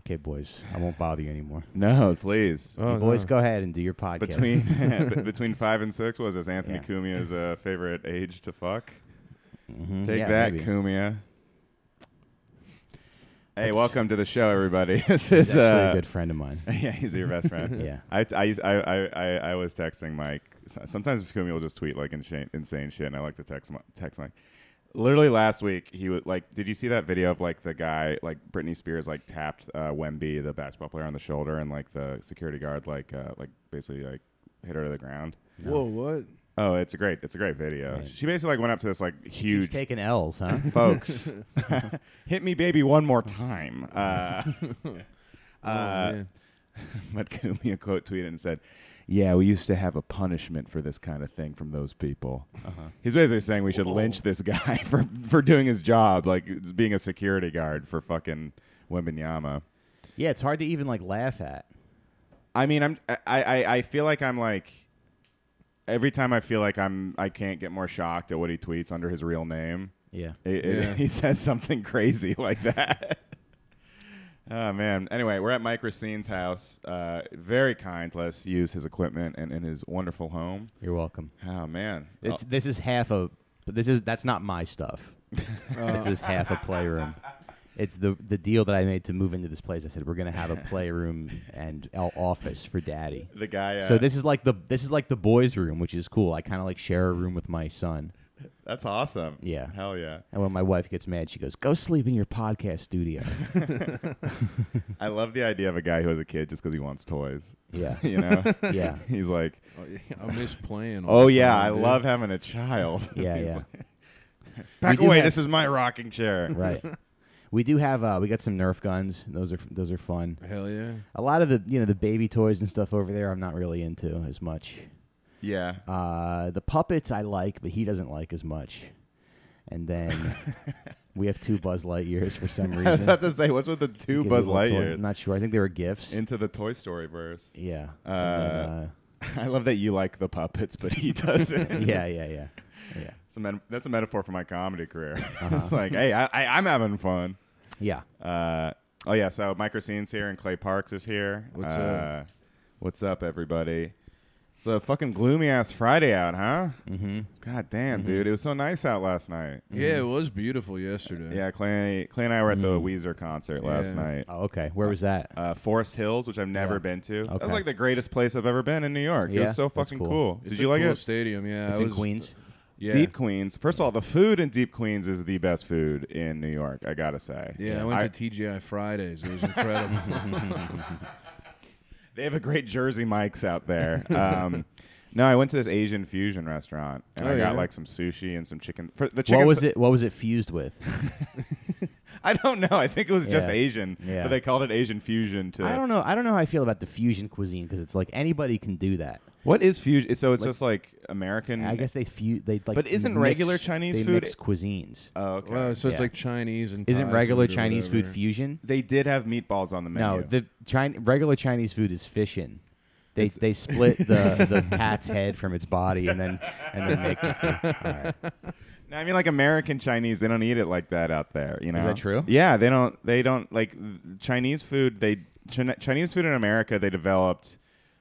Okay, boys, I won't bother you anymore. No, please. You Oh, boys, no. go ahead and do your podcast. Between b- between five and six was this Anthony Yeah. Cumia's uh, favorite age to fuck. Mhm, Take yeah, that, maybe. Cumia. Hey, That's- welcome to the show, everybody. this He's is actually uh, a good friend of mine. yeah, he's your best friend. Yeah. I, I, used- I, I, I, I was texting Mike. S- Sometimes Kumi will just tweet like insane, insane shit, and I like to text Mi- text Mike. Literally last week, he was like, "Did you see that video of like the guy like Britney Spears like tapped uh, Wemby, the basketball player, on the shoulder, and like the security guard like uh, like basically like hit her to the ground." Whoa, what? Oh, it's a great, it's a great video. Right. She basically like went up to this like He's huge taking L's, huh? folks. Hit me, baby, one more time. Uh, Oh, uh, Oh, man. but Kumia quote tweeted and said, "Yeah, we used to have a punishment for this kind of thing from those people." He's basically saying we should lynch this guy for for doing his job, like being a security guard for fucking Wembenyama. yeah, it's hard to even like laugh at. I mean, I'm I, I I feel like I'm like every time I feel like I'm I can't get more shocked at what he tweets under his real name. Yeah. It, it- Yeah. he says something crazy like that. oh man. Anyway, we're at Mike Racine's house. Uh, very kind. Let's use his equipment and in his wonderful home. You're welcome. Oh man. It's this is half a but this is that's not my stuff. Oh. this is half a playroom. It's the the deal that I made to move into this place. I said we're gonna have a playroom and L office for daddy. the guy. Uh, So this is like the this is like the boys' room, which is cool. I kind of like share a room with my son. That's awesome. Yeah. Hell yeah. And when my wife gets mad, she goes, "Go sleep in your podcast studio." I love the idea of a guy who has a kid just because he wants toys. Yeah, You know. yeah, He's like, Oh, yeah, I miss playing. all oh the yeah, time, I dude. love having a child. Yeah, He's yeah. like, We Back do away. have- this is my rocking chair. right. We do have uh, we got some Nerf guns. Those are those are fun. Hell yeah. Mm-hmm. A lot of the you know the baby toys and stuff over there, I'm not really into as much. Yeah. Uh, the puppets I like, but he doesn't like as much. And then we have two Buzz Lightyears for some I was reason. about to say, what's with the Give two you a Buzz little toy. I'm Lightyears not sure. I think they were gifts. into the Toy Story verse? yeah. Uh, And I love that you like the puppets, but he doesn't. then, uh, yeah, yeah, yeah, yeah, It's a meta- that's a metaphor for my comedy career. Uh-huh. it's like, hey, I, I, I'm having fun. yeah. Uh, oh yeah, so Mike Racine's here and Clay Parks is here. What's uh, What's up, everybody? It's a fucking gloomy ass Friday out, huh? Mm-hmm. God damn, dude, it was so nice out last night. Mm-hmm. Yeah, it was beautiful yesterday. Yeah, Clay, Clay and I were at the Weezer concert last Yeah. night. Oh, okay. Where was that? Uh, Forest Hills, which I've never Yeah. been to. That was Okay. like the greatest place I've ever been in New York. it Yeah, was so that's fucking cool. cool. It's Did a you like cool it? Stadium, yeah. it's I in was- Queens. Yeah. Deep Queens. First of all, the food in Deep Queens is the best food in New York. I gotta say. Yeah, I went to TGI Fridays. It was incredible. they have a great Jersey Mike's out there. Um, no, I went to this Asian fusion restaurant and Oh, I got yeah? like some sushi and some chicken. For the chicken What was sa- it? What was it fused with? I don't know. I think it was just Yeah. Asian, Yeah. but they called it Asian fusion. To I don't know. I don't know how I feel about the fusion cuisine because it's like anybody can do that. what is fusion? So it's Like- just like American. I guess they fu- they like. Mm. But isn't mix- regular Chinese they food- mix cuisines? Oh, okay. Well, so it's Yeah. like Chinese and Isn't Thai regular food or Chinese food whatever. fusion? they did have meatballs on the No, menu. the China, regular Chinese food is fission. They, they split the, the cat's head from its body and then and then make the food. All right. No, I mean like American Chinese, they don't eat it like that out there. You know, that true? Yeah, they don't. They don't like th- Chinese food. They China, Chinese food in America they developed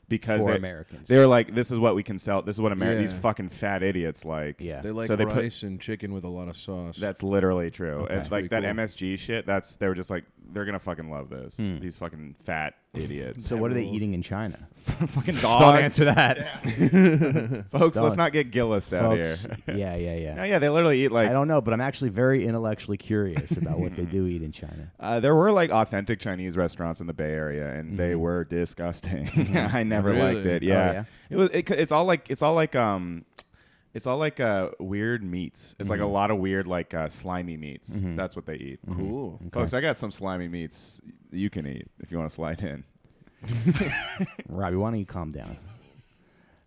because For they, Americans. They were like, this is what we can sell. This is what America. Yeah. These fucking fat idiots like. Yeah. They like So they put- rice and chicken with a lot of sauce. That's literally true. And That's like pretty that cool. MSG shit. That's they were just like they're gonna fucking love this. Hmm. These fucking fat idiots. So what are they rules. eating in China? fucking Don't dogs, answer that, folks. Let's Dogs. not get Gillis out here. folks. yeah, yeah, yeah. No, yeah, they literally eat like I don't know, but I'm actually very intellectually curious about what they do eat in China. Uh, there were like authentic Chinese restaurants in the Bay Area, and they were disgusting. I never Really? liked it. Mm-hmm. Oh, Yeah. yeah? it was. It, c- it's all like it's all like um, it's all like uh weird meats. It's like Mm-hmm. a lot of weird like uh, slimy meats. That's what they eat. cool. Folks, I got some slimy meats you can eat if you want to slide in. Robbie, why don't you calm down?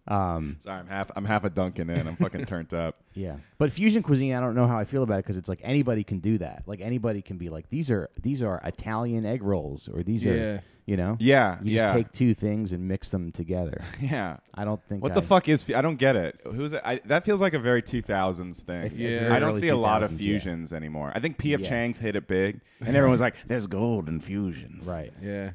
Um, Sorry, I'm half I'm half a Dunkin' in. I'm fucking turned up. yeah, but fusion cuisine, I don't know how I feel about it because it's like anybody can do that. Like anybody can be like these are these are Italian egg rolls or these Yeah. are you know Yeah, you yeah, just take two things and mix them together. yeah. I don't think What the I- fuck is? fu- I don't get it. Who's it? I, that? Feels like a very 2000s thing. It feels Yeah. very I don't early see a lot of 2000s, yeah. fusions anymore. I think P.F. Yeah. Chang's hit it big, and everyone's like, "There's gold in fusions." Right. Yeah.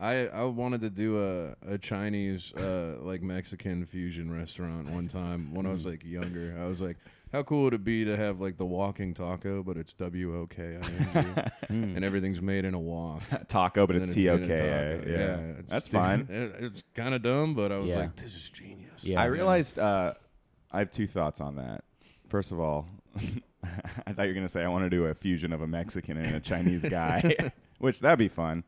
I, I wanted to do a, a Chinese uh, like Mexican fusion restaurant one time when I Hmm. was like younger. I was like, how cool would it be to have like the walking taco, but it's W O K I N G, and everythings made in a wok. Taco, but and Hmm. it's then made T.O.K. in taco. Yeah, it's- that's fine. It, it's kind of dumb, but I was Yeah. like, this is genius. Yeah. I realized uh, I have two thoughts on that. First of all, I thought you were going to say I want to do a fusion of a Mexican and a Chinese guy, which that'd be fun.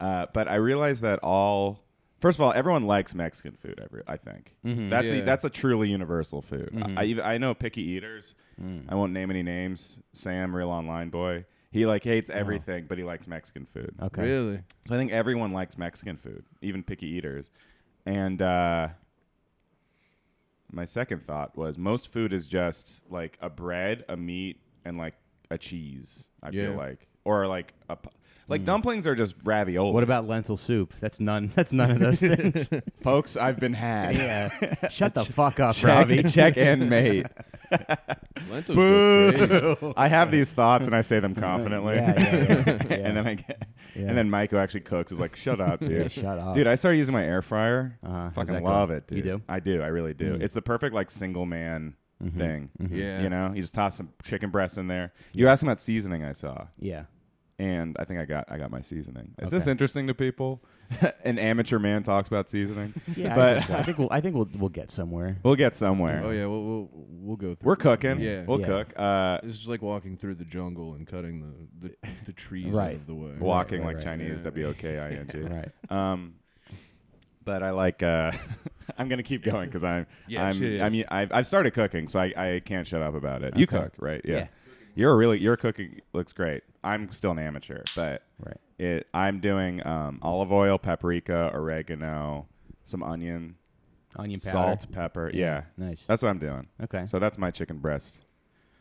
Uh, but I realized that all. First of all, everyone likes Mexican food. Every I think that's Yeah. a, that's a truly universal food. I I, even- I know picky eaters. I won't name any names. Sam, real online boy, he like hates everything, but he likes Mexican food. Okay. Really? So I think everyone likes Mexican food, even picky eaters. And uh, my second thought was most food is just like a bread, a meat, and like a cheese. I feel Yeah. like, or like a p- like dumplings are just ravioli. Mm. What about lentil soup? That's none. That's none of those things. folks? I've been had. yeah. Shut the fuck up, Robbie. Check, check and mate. Lentils go crazy. I have these thoughts and I say them confidently. Yeah, yeah, yeah, yeah. and then I get, Yeah. and then Mike who actually cooks is like, "Shut up, dude! Yeah, shut up. dude!" I started using my air fryer. Uh-huh. How's Fucking that love going? it, dude. You do? Mm-hmm. I do. I really do. Mm. It's the perfect like single man thing. Yeah. You know, you just toss some chicken breasts in there. You asked about seasoning. I saw, yeah. and I think I got I got my seasoning. Is this Okay. interesting to people? An amateur man talks about seasoning, Yeah. I think, but so. I think we'll. I think we'll. We'll get somewhere. we'll get somewhere. Oh yeah, we'll we'll, we'll go through. We're cooking. Yeah. we'll Yeah. cook. Uh, This is like walking through the jungle and cutting the the, the trees out Right. of the way. walking right, like right. Chinese. Yeah. W o k i n g. Right. Um, but I like. Uh, I'm gonna keep going because I'm. Yes, I'm. yes. I mean, I've, I've started cooking, so I, I can't shut up about it. You Okay. cook, right? Yeah. Yeah. You're really. Your cooking looks great. I'm still an amateur, but Right. it. I'm doing um, olive oil, paprika, oregano, some onion, Onion powder. salt, pepper. Yeah. Nice. That's what I'm doing. Okay. So that's my chicken breast.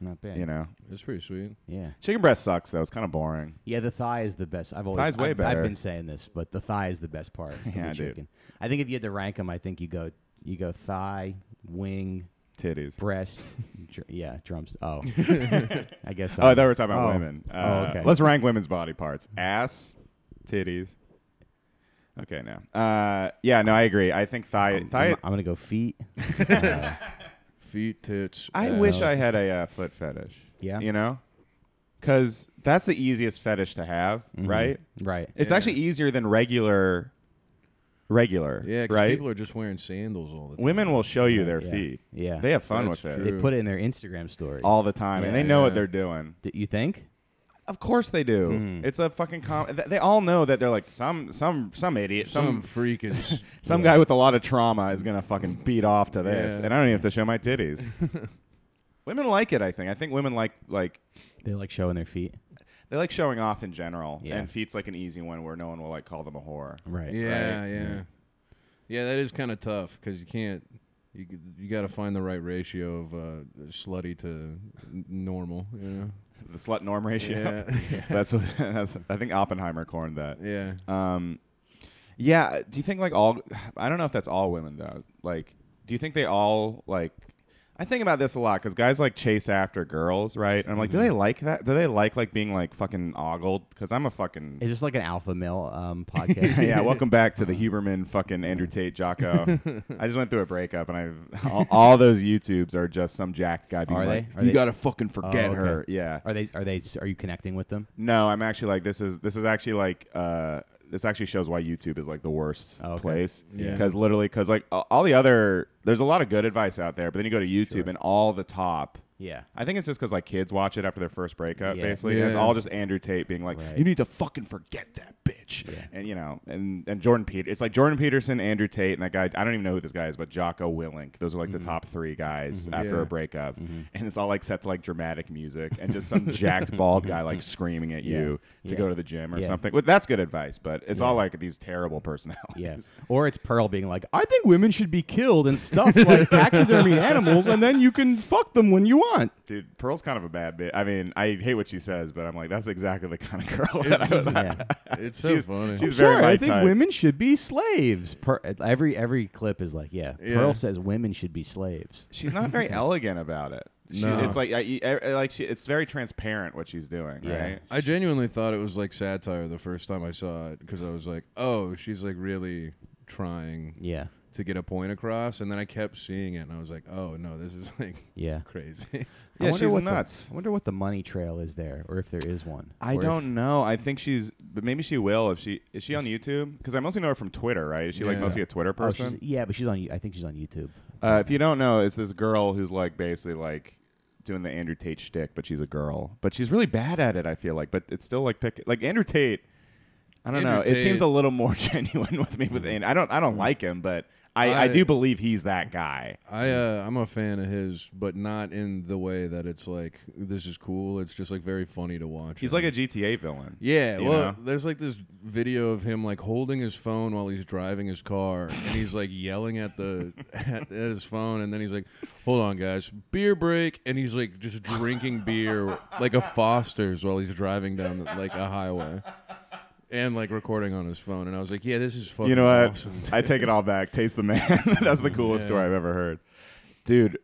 Not bad. You know, It's pretty sweet. Yeah. chicken breast sucks though. It's kind of boring. Yeah, the thigh is the best. I've always Thigh's way I've, better. I've been saying this, but the thigh is the best part. of Yeah, the dude. chicken. I think if you had to rank them, I think you go you go thigh, wing, Titties. breast, dr- yeah, drums. Oh, I guess. Oh, I I'm- thought we were talking about Oh. women. Uh, okay. Let's rank women's body parts: ass, titties. Okay, now. Uh, yeah, no, I agree. I think thigh. thigh. I'm, I'm gonna go feet. Uh, Feet, tits. I ass. wish I had a uh, foot fetish. Yeah. You know, because that's the easiest fetish to have, Mm-hmm. right? right. It's Yeah. actually easier than regular, regular. Yeah, 'cause right. people are just wearing sandals all the time. Women will show you their Yeah. feet. Yeah. They have fun That's with true. it they put it in their Instagram story. all the time, and Yeah. they know what Yeah. they're doing. D- you think? Of course they do. Mm-hmm. It's a fucking com. th- They all know that they're like some some some idiot, Some some freak is. Some guy with a lot of trauma is gonna fucking beat off to this, Yeah. and I don't even have to show my titties. women like it, I think. I think women like like They like showing their feet. they like showing off in general, Yeah. and feet's like an easy one where no one will like call them a whore. Right. yeah, Right. yeah, yeah. that is kind of tough because you can't. You g- you got to find the right ratio of uh, slutty to n- normal. You know. The slut norm ratio. Yeah. that's what that's, I think Oppenheimer coined that. yeah. Um, yeah. Do you think like all? I don't know if that's all women though. Like, do you think they all like? I think about this a lot because guys like chase after girls, right? And I'm like, Mm-hmm. do they like that? Do they like like being like fucking ogled? Because I'm a fucking Is this like an alpha male um, podcast? yeah, welcome back to the Huberman fucking Andrew Tate Jocko. I just went through a breakup, and I've all, all those YouTubes are just some jacked guy being Are they? like, Are "You they- gotta fucking forget Oh, okay. her." Yeah. Are they? Are they? Are you connecting with them? No, I'm actually like this is this is actually like uh this actually shows why YouTube is like the worst Oh, okay. place Yeah. because literally because like a- all the other there's a lot of good advice out there, but then you go to YouTube and all the top. Yeah. I think it's just because like kids watch it after their first breakup, Yeah. basically. And it's Yeah. all just Andrew Tate being like, Right. "You need to fucking forget that bitch." bitch. And you know, and and Jordan Peter. It's like Jordan Peterson, Andrew Tate, and that guy. I don't even know who this guy is, but Jocko Willink. Those are like Mm-hmm. the top three guys after Yeah. a breakup, and it's all like set to like dramatic music and just some jacked bald guy like screaming at you to Yeah. go to the gym or Yeah. something. Well, that's good advice, but it's all like these terrible personalities. Yeah. Or it's Pearl being like, I think women should be killed and stuffed like taxidermy animals, and then you can fuck them when you want. Dude, Pearl's kind of a bad bitch. I mean, I hate what she says, but I'm like, that's exactly the kind of girl that I was. Yeah. It's so She's- she's- funny. He's Sure, very my I think type. women should be slaves. Per- every every clip is like, yeah, Yeah. Pearl says women should be slaves. She's not very elegant about it. She, No. It's like, I, I- I- like she, it's very transparent what she's doing, Yeah. right? I genuinely thought it was like satire the first time I saw it because I was like, oh, she's like really trying Yeah, to get a point across, and then I kept seeing it, and I was like, oh no, this is like yeah. crazy. I Yeah, wonder she's what the- nuts. I wonder what the money trail is there, or if there is one. I Or if- don't know. I think she's, but maybe she will if she is she on YouTube because I mostly know her from Twitter, right? Is she like Yeah. e- mostly a Twitter oh, she's- person? yeah, but she's on. I think she's on YouTube. uh, if you don't know, it's this girl who's like basically like doing the Andrew Tate shtick, but she's a girl, but she's really bad at it. I feel like, but it's still like pick like Andrew Tate. I don't Andrew know. It Tate- Mm-hmm. seems a little more genuine with me with Andrew. I don't I don't like him, but I, I I- do believe he's that guy. I uh, I'm a fan of his, but not in the way that it's like this is cool. It's just like very funny to watch. He's him. like a GTA villain. yeah. you Well, know? there's like this video of him like holding his phone while he's driving his car, and he's like yelling at the at, at his phone, and then he's like, "Hold on, guys, beer break," and he's like just drinking beer like a Foster's while he's driving down the, like a highway. And like recording on his phone, and I was like, "Yeah, this is fucking You know what? awesome." I take it all back. Taste the man. That's the coolest Yeah. story I've ever heard, dude.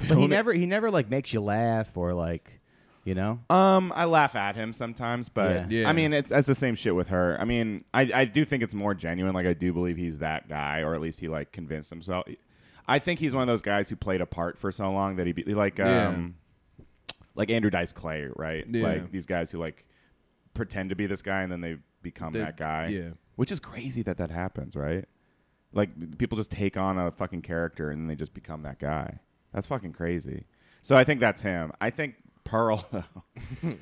But he film- never he never like makes you laugh or like, you know. Um, I laugh at him sometimes, but Yeah. Yeah. I mean, it's that's the same shit with her. I mean, I, I do think it's more genuine. Like, I do believe he's that guy, or at least he like convinced himself. I think he's one of those guys who played a part for so long that he be like Yeah. um, like Andrew Dice Clay, right? Yeah. Like these guys who like pretend to be this guy and then they become They- that guy. yeah. which is crazy that that happens, right? Like people just take on a fucking character and then they just become that guy. That's fucking crazy. So I think that's him. I think Pearl though.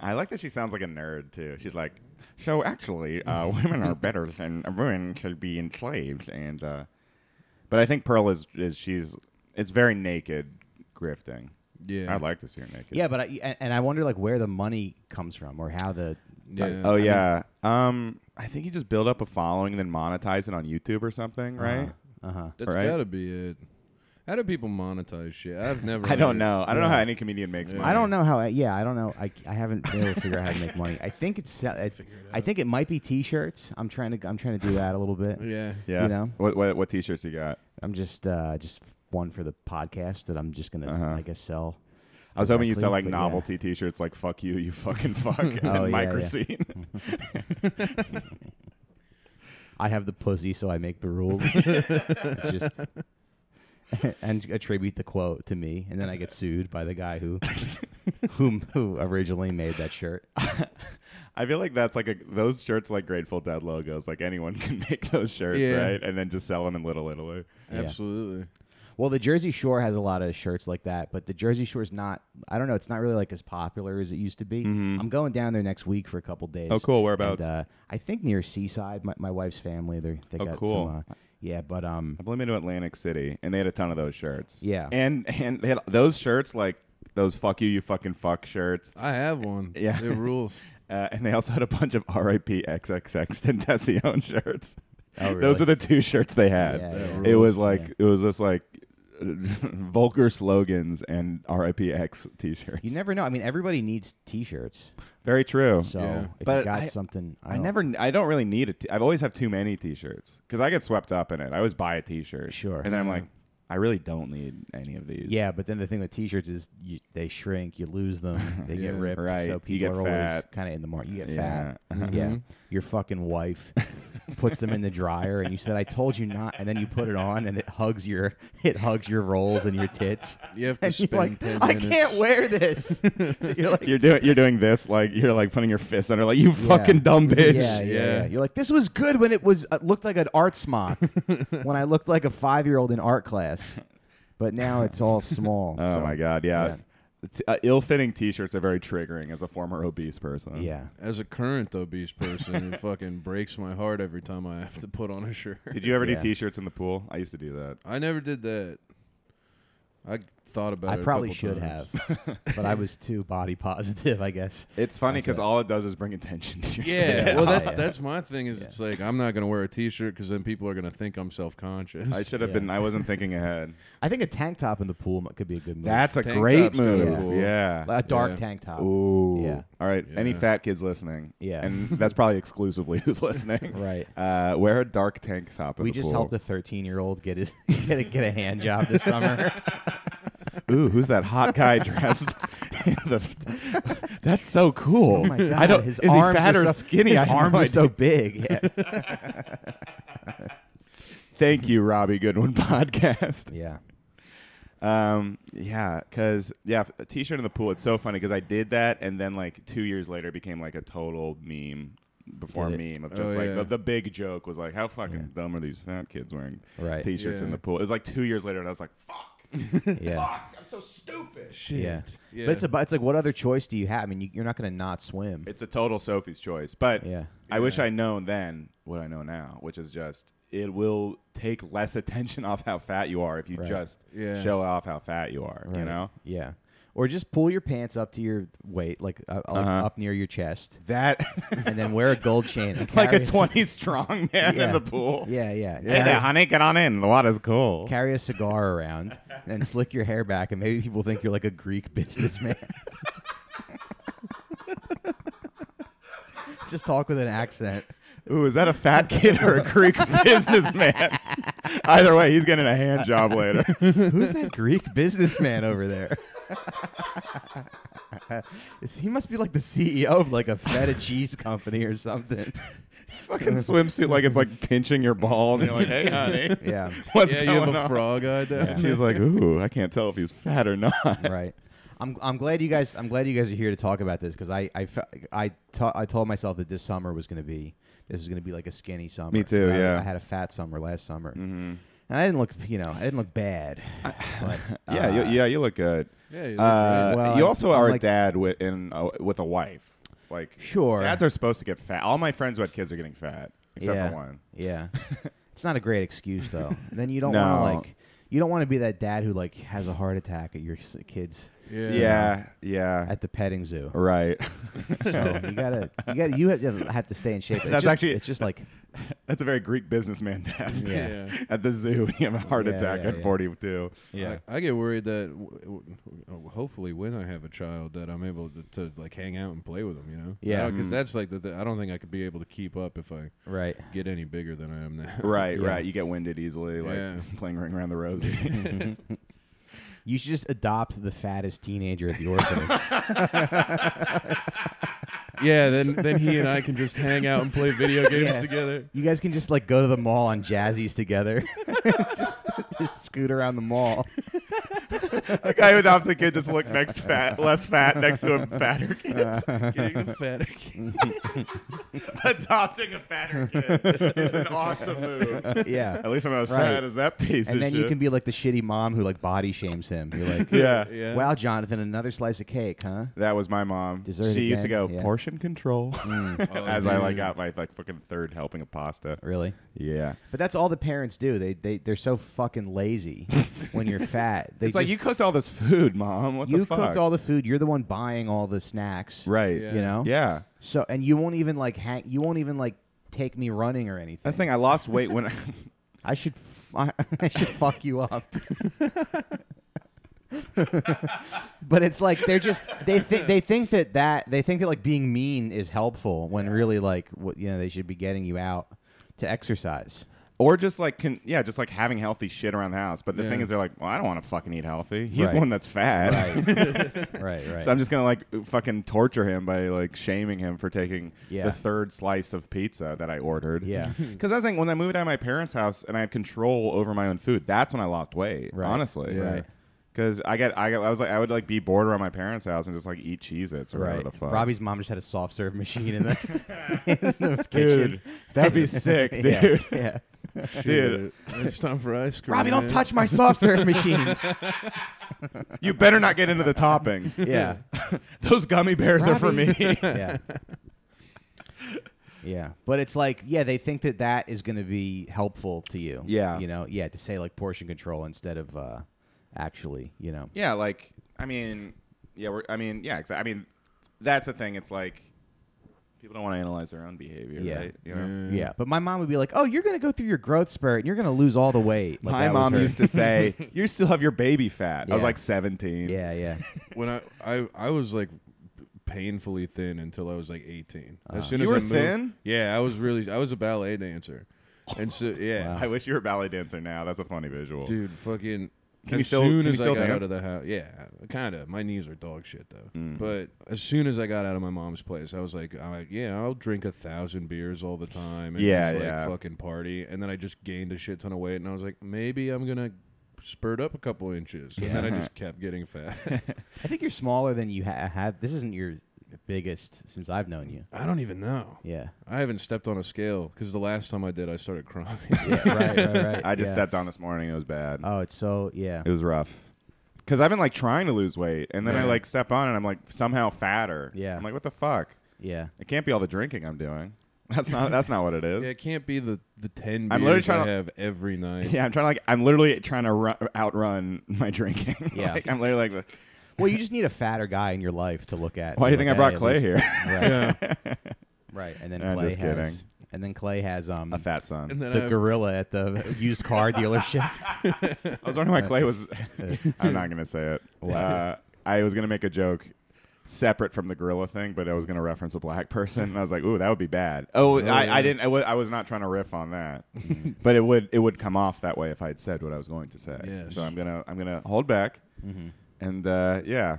I like that she sounds like a nerd too. She's like, so actually, uh, women are better than women should be enslaved, and uh, but I think Pearl is is she's it's very naked grifting. yeah, I'd like to see her naked. Yeah, but I and, and I wonder like where the money comes from or how the yeah. Oh yeah. um, I think you just build up a following and then monetize it on YouTube or something, Uh-huh. right? uh huh. That's right? gotta be it. How do people monetize shit? I've never. I don't under- know. I don't know how any comedian makes money. I don't know how. I, yeah, I don't know. I, I haven't been able to figure out how to make money. I think it's. I, I think it might be T-shirts. I'm trying to. I'm trying to do that a little bit. Yeah. Yeah. you know? What what what t-shirts you got? I'm just uh just one for the podcast that I'm just gonna Uh-huh. I guess sell. I was hoping you sell like Exactly, but yeah. novelty t-shirts, like "fuck you, you fucking fuck," and Oh, then yeah, yeah. microscene. I have the pussy, so I make the rules. it's just and attribute the quote to me, and then I get sued by the guy who whom who originally made that shirt. I feel like that's like a those shirts are like Grateful Dead logos. Like anyone can make those shirts, Yeah. right? And then just sell them in Little Italy. Yeah. Absolutely. Well, the Jersey Shore has a lot of shirts like that, but the Jersey Shore's not. I don't know. It's not really like as popular as it used to be. I'm going down there next week for a couple days. Mm-hmm. Oh, cool. Whereabouts? And, uh, I think near Seaside. My, my wife's family. They they Oh, got cool. some. Uh, yeah, but um, I've been to Atlantic City, and they had a ton of those shirts. Yeah. and and they had those shirts like those "fuck you, you fucking fuck" shirts. I have one. Yeah. It rules. Uh, and they also had a bunch of RIP XXX Tentacion shirts. Oh, really? Those are the two shirts they had. Yeah, yeah. It was Yeah. like it was just like vulgar slogans and RIPX t-shirts. you never know. I mean, everybody needs T-shirts, Very true. so oh. Yeah. if you Oh, But got I- something, I, I don't- never I don't really need a t- I've always have too many t-shirts cuz I get swept up in it. I always buy a t-shirt. Sure. And then I'm Yeah. like I really don't need any of these. Yeah, but then the thing with T-shirts is you, they shrink, you lose them, they Yeah. get ripped, Right. so You people get are always fat. kind of in the market. You get Yeah. fat. Mm-hmm. Yeah, Mm-hmm. your fucking wife puts them in the dryer, and you said, "I told you not," and then you put it on, and it hugs your it hugs your rolls and your tits, You have to and you're spend like, 10 "I minutes. can't wear this." you're like, You're doing you're doing this like you're like putting your fist under like you fucking dumb bitch. Yeah, yeah, yeah, Yeah. You're like, this was good when it was uh, looked like an art smock, when I looked like a five year old in art class, but now it's all small. Oh so- my god, yeah. yeah. t- uh, ill-fitting T-shirts are very triggering as a former obese person. Yeah. As a current obese person, it fucking breaks my heart every time I have to put on a shirt. Did you ever Yeah. do T-shirts in the pool? I used to do that. I never did that. I thought about I it. a probably couple should times. have, but I was too body positive, I guess. It's funny That's because it. all it does is bring attention to yourself. Yeah, Yeah. Oh, well, Yeah. that, that's my thing. Is Yeah. it's like I'm not gonna wear a T-shirt because then people are gonna think I'm self-conscious. I should have Yeah. been. I wasn't thinking ahead. I think a tank top in the pool m- could be a good move. That's a Tank great top's kinda move. cool. Yeah. a dark Yeah. tank top. Ooh. Yeah. All right. Any Yeah. fat kids listening? Yeah. And that's probably exclusively who's listening. Right. Uh, wear a dark tank top. in We the just pool. helped a 13 year old get his get a, get a hand job this Oh summer. Ooh, who's that hot guy dressed? in the, that's so cool. Oh my god! I don't. his is he arms fat are or so, skinny? His I have arms no are so idea. big. Yeah. Thank you, Robbie Goodwin podcast. yeah. Um, yeah, because yeah, a t-shirt in the pool. It's so funny because I did that, and then like two years later, it became like a total meme. Before Did meme of just Oh, like yeah. the, the big joke was like, how fucking Yeah. dumb are these fat kids wearing Right. t-shirts in Yeah. the pool? It was like two years later, and I was like, fuck, Yeah. fuck, I'm so stupid. Shit. Yeah. Yeah. But it's about it's like what other choice do you have? I mean, you, you're not going to not swim. It's a total Sophie's choice, but yeah. I wish I known then what I know now, which is just it will take less attention off how fat you are if you Right. just Yeah. show off how fat you are. You Right. know Yeah. Or just pull your pants up to your waist, like uh, like Uh-huh. up near your chest, that and then wear a gold chain. and like a carry twenty strong man in Yeah. the pool. Yeah, yeah. Hey there, honey, get on in. The water's cool. carry a cigar around and slick your hair back, and maybe people think you're like a Greek businessman. Just talk with an accent. Ooh, is that a fat kid or a Greek businessman? Either way, he's getting a hand job later. Who's that Greek businessman over there? Is- he must be like the CEO of like a feta cheese company or something. Fucking swimsuit, like it's like pinching your balls, and you're like, "Hey, honey, Yeah, what's yeah, you going have a on?" frog eye there. And she's like, "Ooh, I can't tell if he's fat or not." right. I'm, I'm glad you guys I'm glad you guys are here to talk about this because I I fe- I, to- I told myself that this summer was going to be this was going to be like a skinny summer. Me too, 'Cause I- yeah. I had a fat summer last summer. Mhm. And I didn't look, you know, I didn't look bad. But, Yeah, uh, you, yeah, you look good. Yeah, you look Uh, great. Well, you I'm- also I'm are like- a dad with in uh, with a wife. Like Sure. dads are supposed to get fat. All my friends who had kids are getting fat, except yeah, for one. Yeah. it's not a great excuse though. And then you don't No. want to like you don't want to be that dad who like has a heart attack at your s- kids yeah. Yeah, yeah, at the petting zoo. right. so you gotta, you gotta, you have to, have to stay in shape. It's That's just- actually- it's just like That's a very Greek businessman dad. Yeah. At the zoo, you have a heart Yeah, attack yeah, at yeah. 42. yeah, I, I get worried that w- w- w- hopefully when I have a child that I'm able to, to like hang out and play with them, you know? Yeah. because Mm. that's like the th- I don't think I could be able to keep up if I right. get any bigger than I am now. Right, Yeah. right. You get winded easily, like Yeah. playing Ring Around the Rosie. You should just adopt the fattest teenager at the orphanage. yeah, then then he and I can just hang out and play video games Yeah. together. you guys can just like go to the mall on jazzies together, just just scoot around the mall. the guy who adopts a kid just look next fat, less fat next to a fatter kid. Uh, Getting the fatter kid. Adopting a fatter kid is an awesome move. Yeah. At least I'm not as Right. fat as that piece and of then shit. you can be like the shitty mom who like body shames him. You're like, yeah. Yeah. wow, Jonathan, another slice of cake, huh? That was my mom. Dessert she used to go again? Yeah. Mm. portion control Oh, as I like dude. got my like fucking third helping of pasta. Really? Yeah, But that's all the parents do. They they they're so fucking lazy when you're fat. They it's like just- you cooked all this food, mom. What you the fuck? cooked all the food. You're the one buying all the snacks. right. Yeah. You know. Yeah. So and you won't even like hang. You won't even like take me running or anything. That's the thing. I lost weight when. I, I should. F- I, I should fuck you up. but it's like they're just they think they think that that they think that like being mean is helpful when really like what you know they should be getting you out to exercise. or just like can yeah, just like having healthy shit around the house. But the thing Yeah. is, they're like, well, I don't want to fucking eat healthy. He's the Right. one that's fat. Right. Right. So I'm just gonna like fucking torture him by like shaming him for taking Yeah. the third slice of pizza that I ordered. Yeah. because I was like, when I moved out of my parents' house and I had control over my own food, that's when I lost weight. Right. Honestly, Yeah. Right. Because I get, I, got- I was like, I would like be bored around my parents' house and just like eat Cheez-Its or Right. whatever the fuck. Robbie's mom just had a soft serve machine in the, in the dude, kitchen. that'd be sick, dude. Yeah, yeah. Dude. Shit, It's time for ice cream. Robbie, don't man. touch my soft serve machine. you better not get into the toppings. Yeah. Those gummy bears are for me. yeah. Yeah, but it's like, yeah, they think that that is going to be helpful to you. Yeah. you know, yeah, to say like portion control instead of uh, actually, you know, yeah, like I mean, yeah, we're, I mean, yeah, exactly. I mean, that's the thing. It's like people don't want to analyze their own behavior, Yeah. right? You know. yeah. But my mom would be like, "Oh, you're going to go through your growth spurt and you're going to lose all the weight." Like, My that was mom her- used to say, "You still have your baby fat." I was Yeah. like seventeen. yeah, yeah, when I, I I was like painfully thin until I was like 18. Uh-huh. as soon You as were I moved, thin? yeah, I was really I was a ballet dancer, and so yeah, I wish you were a ballet dancer now. That's a funny visual. dude, fucking. Can you as still- soon can you as still I got dance? out of the house, yeah, kind of. My knees are dog shit though. Mm. But as soon as I got out of my mom's place, I was like, I, yeah, I'll drink a thousand beers all the time. And Yeah, just, yeah. Like, fucking party, and then I just gained a shit ton of weight, and I was like, maybe I'm gonna spurt up a couple inches, and then I just kept getting fat. I think you're smaller than you ha- have. This isn't your biggest since I've known you. I don't even know. Yeah, I haven't stepped on a scale because the last time I did, I started crying. yeah, right, right, right. I just yeah. stepped on this morning. It was bad. Oh, it's so yeah. It was rough. Cause I've been like trying to lose weight, and then I Yeah. like step on, and I'm like somehow fatter. Yeah. I'm like, what the fuck? Yeah. It can't be all the drinking I'm doing. That's not. That's not what it is. yeah, Yeah. it can't be the the ten I'm beers literally trying I to- have every night. I'm trying to like. I'm literally trying to run, outrun my drinking. Yeah. Like, I'm literally like, Well, you just need a fatter guy in your life to look at. Why do and you think I be like, brought "Hey, at Clay least-" Right, Yeah. right. And then I'm Clay just has. kidding. And then Clay has um a fat son. and then I the have- gorilla at the used car dealership. I was wondering why Clay was. I'm not gonna say it. Uh, I was gonna make a joke separate from the gorilla thing, but I was gonna reference a black person, and I was like, "Ooh, that would be bad." Oh, I, I didn't. I wa- I was not trying to riff on that, Mm. but it would it would come off that way if I had said what I was going to say. Yes. So I'm gonna I'm gonna hold back, and uh, yeah,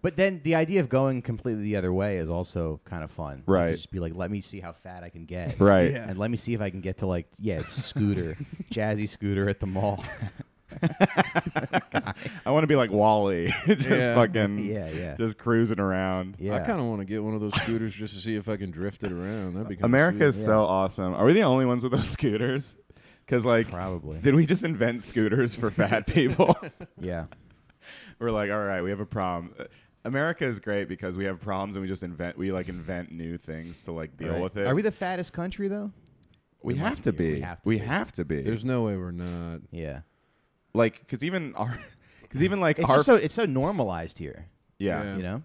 But then the idea of going completely the other way is also kind of fun. Like, to Right. just be like, let me see how fat I can get. right. Yeah. And let me see if I can get to like, yeah, scooter, jazzy scooter at the mall. I want to be like Wally, just Yeah. fucking Yeah, yeah. just cruising around. Yeah. I kind of want to get one of those scooters just to see if I can drift it around. That'd be kinda America is sweet. so awesome. Are we the only ones with those scooters? Because like, Probably. did we just invent scooters for fat people? yeah. We're like, all right, we have a problem. Uh, America is great because we have problems and we just invent. We like invent new things to like deal Right. with it. Are we the fattest country though? We We have must to be. be. We have to We be. have to be. There's no way we're not. Yeah. like because even our because even like It's our just so it's so normalized here. yeah. Yeah. You know?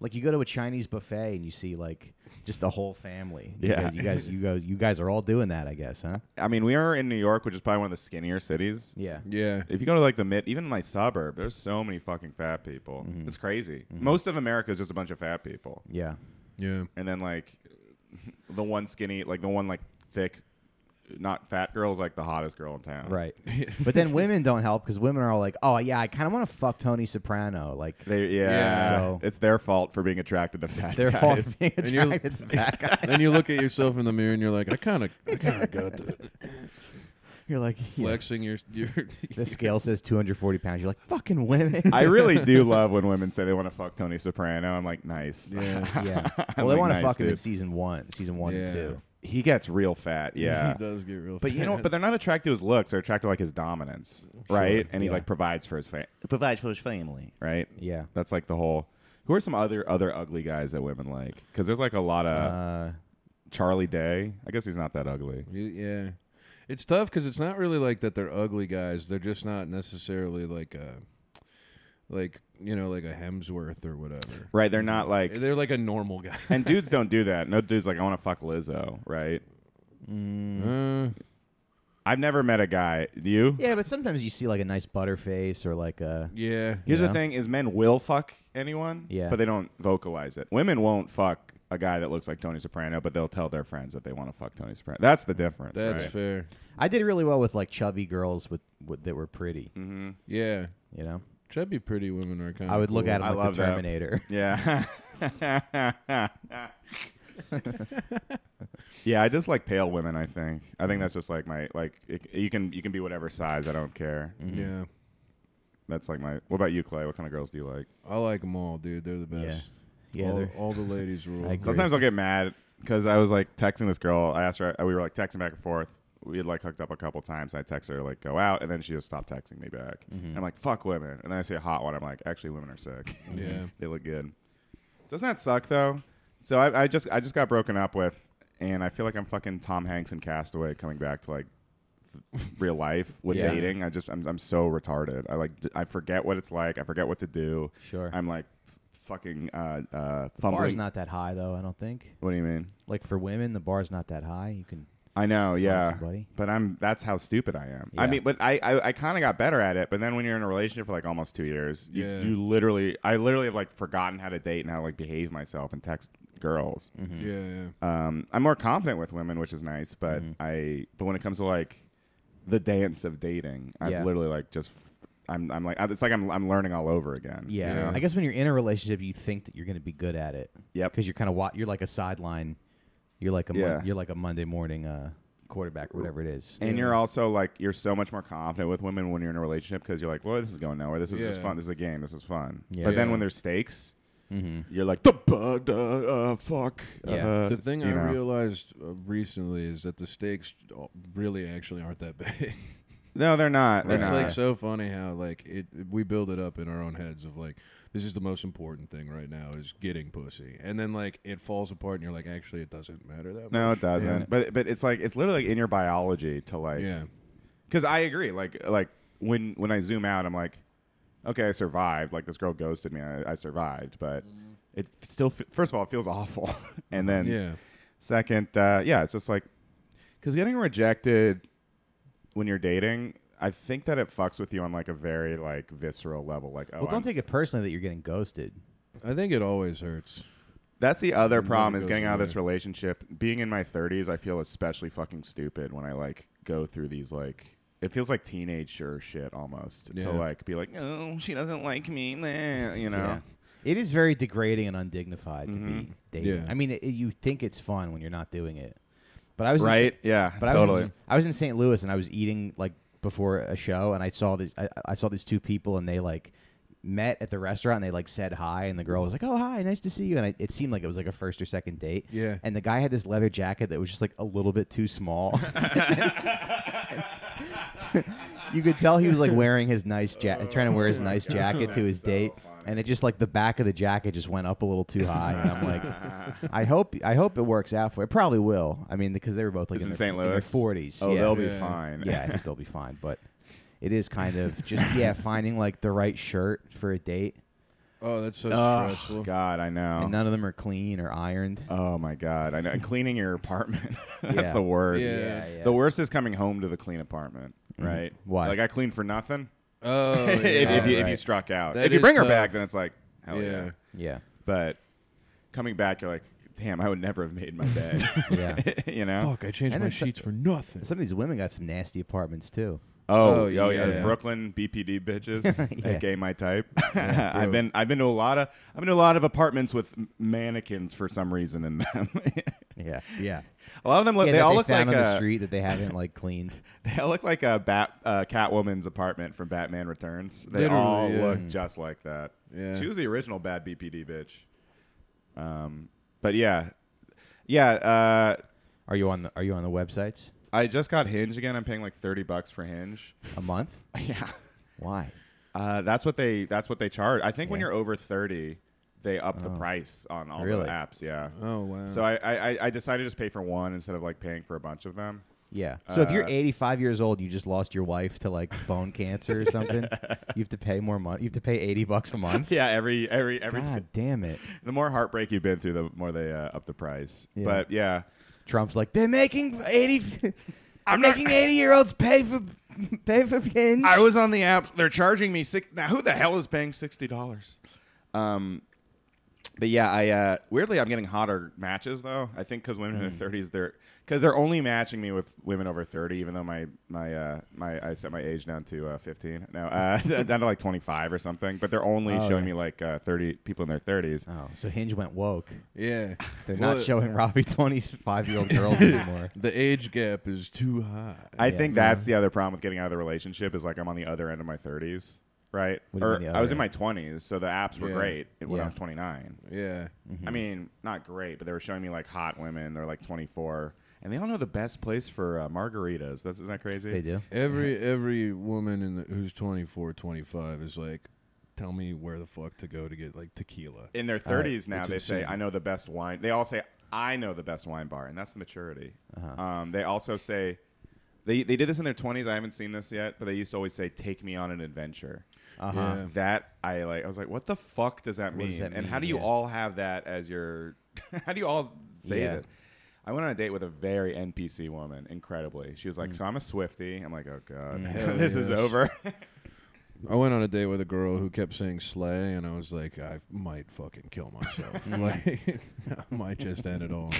Like you go to a Chinese buffet and you see like just the whole family. Yeah. You guys you guys you guys, you guys are all doing that, I guess, huh? I mean, we are in New York, which is probably one of the skinnier cities. Yeah. Yeah. If you go to like the mid, even my suburb, there's so many fucking fat people. Mm-hmm. It's crazy. Most of America is just a bunch of fat people, Yeah. Yeah. and then like the one skinny, like the one like thick, not fat girl is like the hottest girl in town. Right. but then women don't help because women are all like, oh, yeah, I kind of want to fuck Tony Soprano. Like, They, yeah, Yeah. So- it's their fault for being attracted to fat it's their guys. fault for being And you- attracted to that guy. then you look at yourself in the mirror and you're like, I kind of, I kind of got the You're like, yeah. flexing your, your. the scale says 240 pounds. You're like, fucking women. I really do love when women say they want to fuck Tony Soprano. I'm like, nice. yeah. yeah. Well, I'm they like, want to nice, fuck him in dude. season one, season one Yeah. and two. He gets real fat. Yeah. He does get real. But you know, but they're not attracted to his looks. They're attracted to like his dominance, right? And he yeah. like provides for his family, Provides for his family. right? Yeah. That's like the whole. Who are some other other ugly guys that women like? Because there's like a lot of Uh, Charlie Day. I guess he's not that ugly. You- yeah, it's tough because it's not really like that. They're ugly guys. They're just not necessarily like a, like you know, like a Hemsworth or whatever. Right? They're not like. They're like a normal guy. and dudes don't do that. No dude's like, I want to fuck Lizzo, right? Uh, Mm. I've never met a guy. You? yeah, but sometimes you see like a nice butterface or like a. yeah. Here's Yeah. the thing: is men will fuck anyone, Yeah. but they don't vocalize it. Women won't fuck a guy that looks like Tony Soprano, but they'll tell their friends that they want to fuck Tony Soprano. That's the difference. That's right? fair. I did really well with like chubby girls with, with that were pretty, Mm-hmm. Yeah. you know? Chubby pretty women are kind of I would look at I him like love the that. Terminator. yeah. yeah, I just like pale women. I think. I think that's just like my like. It, you can you can be whatever size. I don't care. Yeah. That's like my. What about you, Clay? What kind of girls do you like? I like them all, dude. They're the Yeah. best. Yeah, all, they're- all the ladies rule. agree. Sometimes I'll get mad because I was like texting this girl. I asked her. We were like texting back and forth we had like hooked up a couple times. I text her like go out, and then she just stopped texting me back. Mm-hmm. I'm like fuck women, and then I see a hot one. I'm like actually women are sick. Yeah. they look good. Doesn't that suck though? So I, I just I just got broken up with, and I feel like I'm fucking Tom Hanks and Castaway coming back to like th- real life with Yeah. dating. I just I'm I'm so retarded. I like d- I forget what it's like. I forget what to do. Sure. I'm like f- fucking uh uh bar's fumbling. not that high though. I don't think. what do you mean? Like for women, the bar's not that high. You can. I know, yeah. somebody. But I'm that's how stupid I am. I Yeah. mean, but I I, I kind of got better at it. But then when you're in a relationship for like almost two years, you, Yeah. you literally I literally have like forgotten how to date and how to like behave myself and text girls. Mm. Yeah, yeah. Um, I'm more confident with women, which is nice. But Mm-hmm. I but when it comes to like the dance of dating, I've Yeah. literally like just I'm I'm like it's like I'm I'm learning all over again. Yeah. Yeah. I guess when you're in a relationship, you think that you're going to be good at it. Yep. Because you're kind of wa- you're like a sideline. You're like a mon- Yeah. you're like a Monday morning uh, quarterback, or whatever it is. And you're also like you're so much more confident with women when you're in a relationship because you're like, well, this is going nowhere. This is just Yeah. fun. This is a game. This is fun. Yeah. But then Yeah. when there's stakes, Mm-hmm. you're like, duh, buh, duh, uh, fuck. Yeah. Uh, The thing you I know. realized uh, recently is that the stakes really actually aren't that big. No, they're not. They're it's not. like so funny how like it we build it up in our own heads of like this is the most important thing right now is getting pussy, and then like it falls apart and you're like actually it doesn't matter that no, much. it doesn't. But but it's like it's literally in your biology to like. yeah, because I agree. Like like when when I zoom out, I'm like, okay, I survived. Like this girl ghosted me. I, I survived, but it still. F- first of all, it feels awful, and then Mm-hmm. yeah, second, uh, yeah, it's just like because getting rejected when you're dating, I think that it fucks with you on like a very like visceral level. Like, oh, well, don't I'm- take it personally that you're getting ghosted. I think it always hurts. that's the other Nobody problem is goes getting out of away. this relationship. Being in my 30s, I feel especially fucking stupid when I like go through these like. It feels like teenager shit almost Yeah. to like be like, oh, she doesn't like me, nah, you know. Mm-hmm. Yeah. It is very degrading and undignified to be dating. Yeah. I mean, it, you think it's fun when you're not doing it. But I was in Right? Sa- yeah, but I was totally. in, I was in St. Louis and I was eating like before a show and I saw these I, I saw these two people and they like met at the restaurant and they like said hi and the girl was like oh hi nice to see you and I, it seemed like it was like a first or second date Yeah. and the guy had this leather jacket that was just like a little bit too small you could tell he was like wearing his nice jacket trying to wear his nice jacket to his date and it just like the back of the jacket just went up a little too high and i'm like i hope i hope it works out for it probably will i mean because they were both like It's in their- St. their Louis. 40s Oh, yeah. they'll be Yeah. fine. yeah i think they'll be fine but it is kind of just yeah finding like the right shirt for a date Oh, that's so oh stressful. God, I know. and none of them are clean or ironed Oh my god! I know. And cleaning your apartment—that's Yeah. the worst. Yeah. The worst is coming home to the clean apartment, right? Why? Like I clean for nothing. Oh, if, yeah. if you, if you Right. struck out, That if you is bring her tough. back, then it's like hell yeah. Yeah. yeah But coming back, you're like, damn, I would never have made my bed. Yeah. you know. Fuck, I changed And my then so- sheets for nothing. some of these women got some nasty apartments too Oh, Oh, oh, yeah, yeah. Brooklyn BPD bitches, Yeah. aka my type. bro. I've been I've been to a lot of I've been to a lot of apartments with m- mannequins for some reason in them. yeah yeah a lot of them look. yeah, they that all they look like found on uh, the street that they haven't like cleaned. They all look like a Bat uh, Catwoman's apartment from Batman Returns. They Literally, all yeah. look just like that. Yeah. She was the original bad BPD bitch. Um, but yeah, yeah. Uh, Are you on the Are you on the websites I just got Hinge again. I'm paying like thirty bucks for Hinge. a month? yeah, Why? uh, that's what they that's what they charge. I think when Yeah. Oh. you're over thirty, they up the price on all Really? Uh. the apps. Yeah. Oh wow. So I, I I decided to just pay for one instead of like paying for a bunch of them. Yeah. So if you're Uh, 85 years old, you just lost your wife to like bone cancer or something. you have to pay more money. You have to pay 80 bucks a month. Yeah. Every every every. God damn it! The more heartbreak you've been through, the more they uh, up the price. Yeah. But yeah. Trump's like they're making 80. I'm making 80 year olds pay for pay for pins. I was on the app. They're charging me six. Now, who the hell is paying sixty dollars? Um, but yeah, I uh, weirdly I'm getting hotter matches though. I think because Mm. women in their thirties, they're because they're only matching me with women over thirty. Even though my my uh, my I set my age down to uh, fifteen. No, uh, down to like twenty five or something. But they're only Oh, showing yeah. me like uh, thirty people in their thirties. oh, so Hinge went woke. yeah. They're Well, not showing Robbie 25 year old girls anymore. The age gap is too high. I Yeah. think that's the other problem with getting out of the relationship is like I'm on the other end of my 30s, right? What do you Or mean the I was other in my 20s, so the apps were Yeah. great when Yeah. I was 29. yeah. Mm-hmm. I mean, not great, but they were showing me like hot women. They're like 24. and they all know the best place for uh, margaritas. That's isn't that crazy? They do. Every every woman in the, who's 24, 25 is like, tell me where the fuck to go to get like tequila. In their 30s now, Which they is say, insane. "I know the best wine." They all say, "I know the best wine bar," and that's the maturity. Uh-huh. Um, they also say. They, they did this in their 20s. I haven't seen this yet, but they used to always say, "Take me on an adventure." Uh-huh. Yeah. That I like. I was like, "What the fuck does that mean?" does that and how mean? do you Yeah. all have that as your? how do you all say Yeah. that? I went on a date with a very NPC woman. Incredibly, she was like, Mm. "So I'm a Swifty." I'm like, "Oh god, Hell this is yes. over." I went on a date with a girl who kept saying sleigh, and I was like, I might fucking kill myself. like, I might just end it all.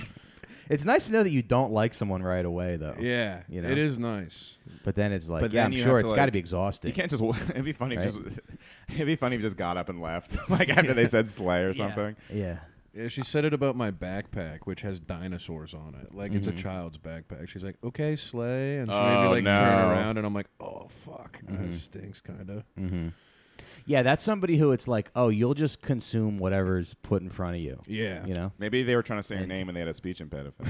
It's nice to know that you don't like someone right away, though. Yeah, You know? it is nice. But then it's like, But yeah, I'm then you sure have it's to, got to like- be exhausting. You can't just. It'd be funny. if Right? Just, it'd be funny if you just got up and left, like after they said Slay or something. Yeah. Yeah, she said it about my backpack, which has dinosaurs on it. Like it's a child's backpack. She's like, "Okay, sleigh," and she made me Mm-hmm. Oh, like turn no. Mm-hmm. around, and I'm like, "Oh fuck, that stinks, kind of." Mm-hmm. Yeah, that's somebody who it's like, oh, you'll just consume whatever's put in front of you. Yeah. You know? Maybe they were trying to say your And- name and they had a speech impediment.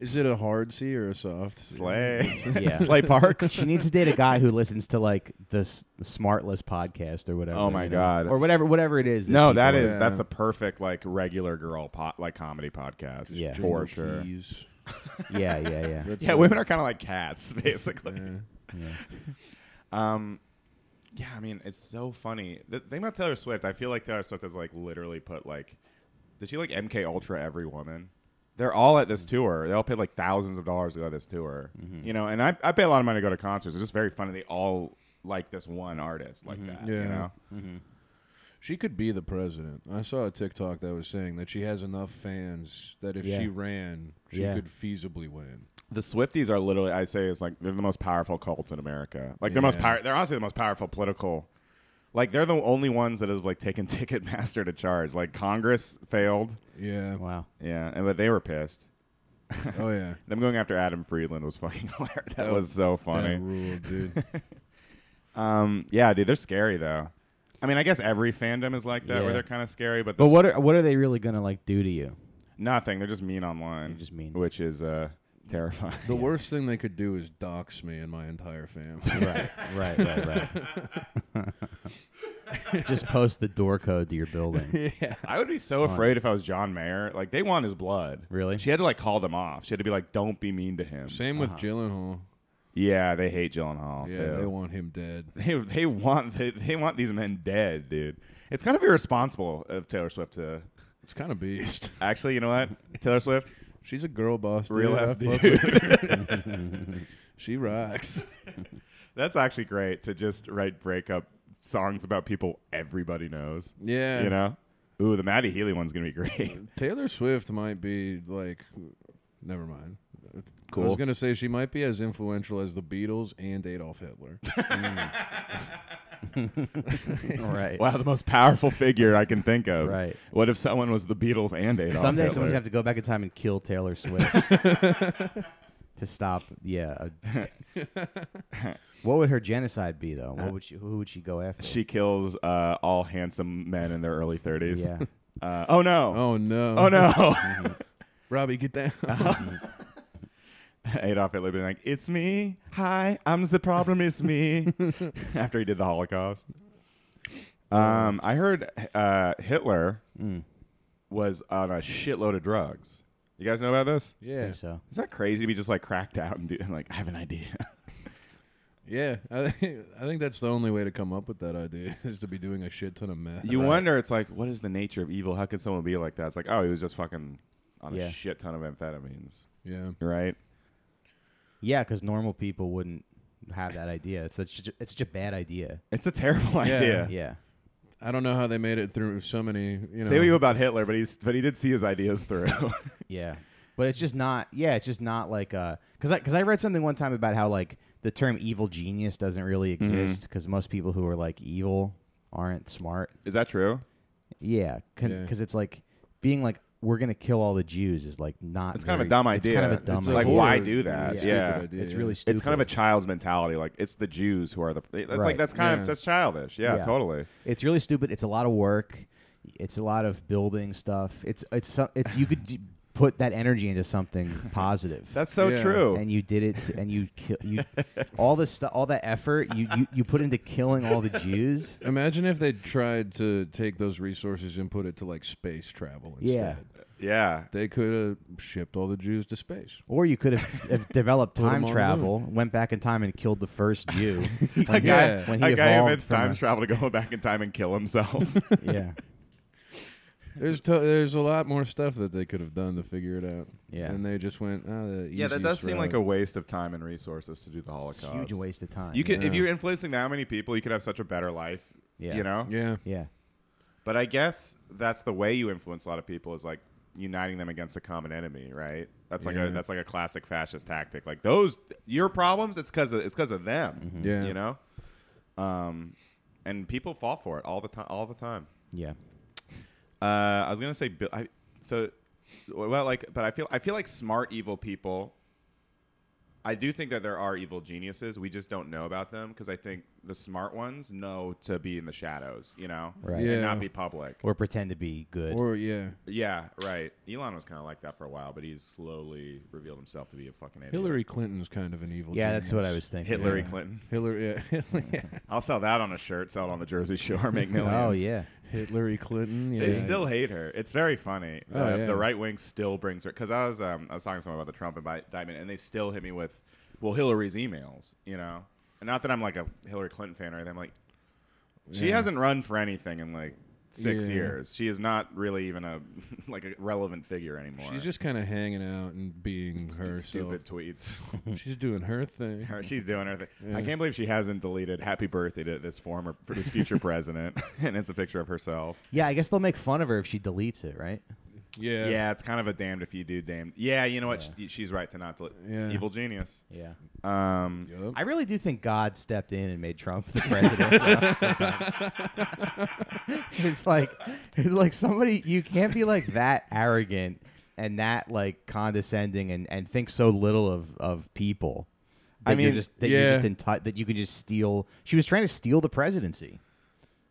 Is it a hard C or a soft C? Slay, Yeah. Slay Parks. She needs to date a guy who listens to like the, s- the Smartless podcast or whatever. Oh, my you know? God. Or whatever, whatever it is. no, people that are- is Yeah. that's a perfect like regular girl pot like comedy podcast. Yeah. for Jingle sure. keys. Yeah, yeah, yeah. That's Yeah, it. women are kind of like cats, basically. Yeah. Um, yeah, I mean, it's so funny. The thing about Taylor Swift, I feel like Taylor Swift has like literally put like, did she like MK Ultra every woman? They're all at this tour. They all paid like thousands of dollars to go to this tour. You know, and I, I pay a lot of money to go to concerts. It's just very funny. They all like this one artist like that. You Yeah. know, She could be the president. I saw a TikTok that was saying that she has enough fans that if Yeah. she ran, she Yeah. could feasibly win. the Swifties are literally. I say it's like they're the most powerful cult in America. Like they're most Yeah. power. They're honestly the most powerful political. Like they're the only ones that have like taken Ticketmaster to charge. Like Congress failed. Yeah. Wow. Yeah, and but they were pissed. Oh yeah. Them going after Adam Friedland was fucking hilarious. That That- was so That funny. ruled, dude. Um, yeah, dude, they're scary though. I mean, I guess every fandom is like that, where Yeah. they're kind of scary. But, But this- what are, what are they really going to like do to you? Nothing. They're just mean online. They're just mean. which is uh, terrifying. The worst thing they could do is dox me and my entire family. Right, right, right, right. just post the door code to your building. I would be so afraid if I was John Mayer. Like they want his blood. Really? She had to like call them off. She had to be like, "Don't be mean to him." Same with Gyllenhaal. Yeah, they hate Gyllenhaal Yeah, they too. want him dead. They, they want they, they want these men dead, dude. It's kind of irresponsible of Taylor Swift to It's kind of beast. actually. You know what, Taylor Swift, She's a girl boss. Dude. real I ass fuck with dude. She rocks. That's actually great to just write breakup songs about people everybody knows. Yeah. You know? Ooh, the Maddie Healy one's gonna be great. Taylor Swift might be like, never mind. I Cool. was gonna say she might be as influential as the Beatles and Adolf Hitler. right. Wow, the most powerful figure I can think of. Right. What if someone was the Beatles and Adolf Someday Hitler? someone's gonna have to go back in time and kill Taylor Swift to stop. Yeah. what would her genocide be though? What would she? Who would she go after? she kills uh, all handsome men in their early thirties. Yeah. Uh, oh no. Oh no! Oh, no. Robbie, get down! Adolf Hitler being like, "It's me. Hi, I'm the problem. It's me." After he did the Holocaust. Um, I heard uh, Hitler was on a shitload of drugs. You guys know about this? I yeah, think so. Is that crazy to be just like cracked out and, do, and like I have an idea? yeah. I, think- I think that's the only way to come up with that idea is to be doing a shit ton of meth. you wonder. It's like, what is the nature of evil? How could someone be like that? It's like, oh, he was just fucking on Yeah. a shit ton of amphetamines, Yeah. right? Yeah, because normal people wouldn't have that idea. It's such. It's such a bad idea. It's a terrible Yeah. idea. Yeah. I don't know how they made it through so many. You know, Say what you will about Hitler, but he's but he did see his ideas through. Yeah. But it's just not. Yeah, it's just not like uh, because I because I read something one time about how like the term evil genius doesn't really Mm-hmm. exist because most people who are like evil aren't smart. is that true? Yeah, because Yeah. it's like being like we're gonna kill all the Jews is like not. It's kind very- of a dumb it's idea. kind of a dumb It's a like idea. why horror- do that? Yeah. Yeah, stupid idea. It's Yeah. really It's stupid. it's kind of a child's mentality. Like it's the Jews who are the. That's like Right. that's kind Yeah. of that's childish. Yeah, Yeah. totally. It's really stupid. It's a lot of work. It's a lot of building stuff. It's it's so- it's you could d- put that energy into something positive. That's so Yeah. true. and you did it, to, and you kill you all this stuff, all that effort you, you you put into killing all the Jews. Imagine if they tried to take those resources and put it to like space travel Yeah. instead. yeah. They could have shipped all the Jews to space. Or you could have, have developed Put 'em time on the travel, went back in time and killed the first Jew. when A he- guy, Yeah. when he a guy evolved invents from time a- travel to go back in time and kill himself. Yeah, There's to- there's a lot more stuff that they could have done to figure it out. Yeah. and they just went. Oh, the yeah, that does easiest seem like a route." waste of time and resources to do the It's Holocaust. a huge waste of time. You could, if Yeah. you're influencing that many people, you could have such a better life. Yeah. You know. yeah. yeah, But I guess that's the way you influence a lot of people is like uniting them against a common enemy, right? That's like Yeah. a that's like a classic fascist tactic. Like those your problems, it's because it's because of them. Yeah. you know. Um, and people fall for it all the time. All the time. yeah. Uh, I was gonna say, Bill- I, so well, like, but I feel I feel like smart evil people. I do think that there are evil geniuses. We just don't know about them because I think the smart ones know to be in the shadows, you know, Right. Yeah. and not be public. Or pretend to be good. Or yeah, Yeah, right. Elon was kind of like that for a while, but he's slowly revealed himself to be a fucking idiot. Hillary Clinton's kind of an evil. yeah, that's what I was genius. thinking. Hillary Yeah. Clinton. Hillary, yeah, I'll sell that on a shirt. Sell it on the Jersey Shore. Make millions. Oh yeah, Hillary Clinton. Yeah. They still hate her. It's very funny. Oh, the, yeah. the right wing still brings her because I was um, I was talking to someone about the Trump indictment, and they still hit me with, well, Hillary's emails, you know. And not that I'm like a Hillary Clinton fan or anything. I'm like, she Yeah. hasn't run for anything in like six Yeah. years. She is not really even a like a relevant figure anymore. She's just kind of hanging out and being her stupid tweets. Hmm. She's doing her thing. Her- She's doing her thing. Yeah. I can't believe she hasn't deleted "Happy Birthday" to this former, for this future president, and it's a picture of herself. yeah. I guess they'll make fun of her if she deletes it, right? Yeah. Yeah, it's kind of a damned if you do, damned. Yeah, you know what? She, she's right to not delete. Yeah. Evil genius. Yeah. Um, Yup. I really do think God stepped in and made Trump the president. sometimes. it's like, it's like somebody you can't be like that arrogant and that like condescending and, and think so little of of people. That I you're mean, just that you're just yeah. in tou- that you can just steal. She was trying to steal the presidency,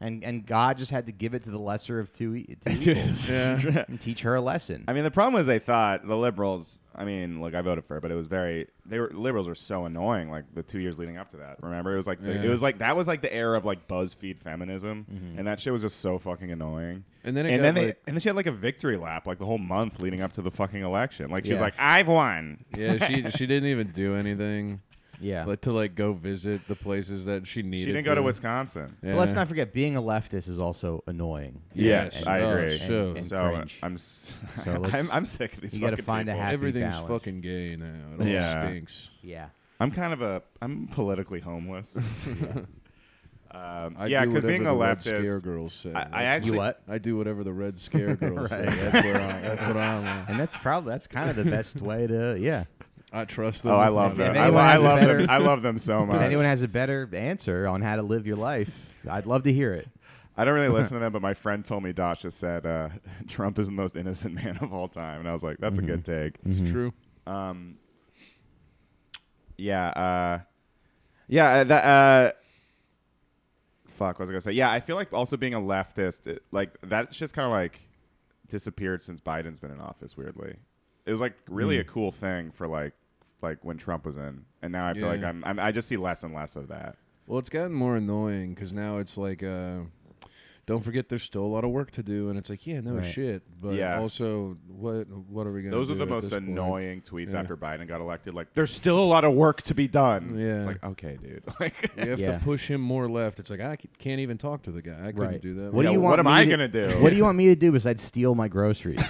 and and God just had to give it to the lesser of two, e- two evils Yeah. and teach her a lesson. I mean, the problem was they thought the liberals. I mean, look, I voted for, it, but it was very. They were liberals were so annoying. Like the two years leading up to that, remember? It was like the, Yeah. Mm-hmm. it was like that was like the era of like BuzzFeed feminism, and that shit was just so fucking annoying. And then it and got, then they like- and then she had like a victory lap, like the whole month leading up to the fucking election. Like she was Yeah. like, "I've won." yeah. She she didn't even do anything, yeah. but to like go visit the places that she She needed. didn't go to Wisconsin. Yeah. But let's not forget, being a leftist is also annoying. Yes, And- I Oh, agree. so- And- and- so uh, cringe. I'm, s- So let's- I'm I'm sick of these. you gotta fucking find a people. happy Everything's balance. fucking gay now. It all Yeah. stinks. Yeah. I'm kind of a I'm politically homeless. um, I yeah, do because whatever being a the Red Scare leftist, girls say. I, I That's- actually you what? I do whatever the Red Scare girls Right. say. That's where I, that's what I want. And that's probably that's kind of the best way to yeah. I trust Oh, them. I love If them. I, anyone lo- I has a love them. better- I love them so If much. anyone has a better answer on how to live your life, I'd love to hear it. I don't really listen to them, but my friend told me Dasha said uh, Trump is the most innocent man of all time, and I was like, that's a good Mm-hmm. take. It's true. Um, yeah, uh, yeah. uh, That, uh, fuck, what was I gonna say? Yeah, I feel like also being a leftist, it, like that's just kind of like disappeared since Biden's been in office. Weirdly, it was like Hmm. really a cool thing for like like when Trump was in, and now I feel like Yeah. I'm, I'm I just see less and less of that. Well, it's gotten more annoying because now it's like, uh, don't forget, there's still a lot of work to do, and it's like, yeah, no Right. shit, but Yeah. also, what what are we gonna? Those are do the at most this point? annoying tweets Yeah. after Biden got elected. Like, there's still a lot of work to be done. Yeah. It's like, okay, dude. Like, You have Yeah. to push him more left. It's like I c- can't even talk to the guy. I couldn't Right. do that. What do yeah, you what want am me I to- gonna do? What do you want me to do besides steal my groceries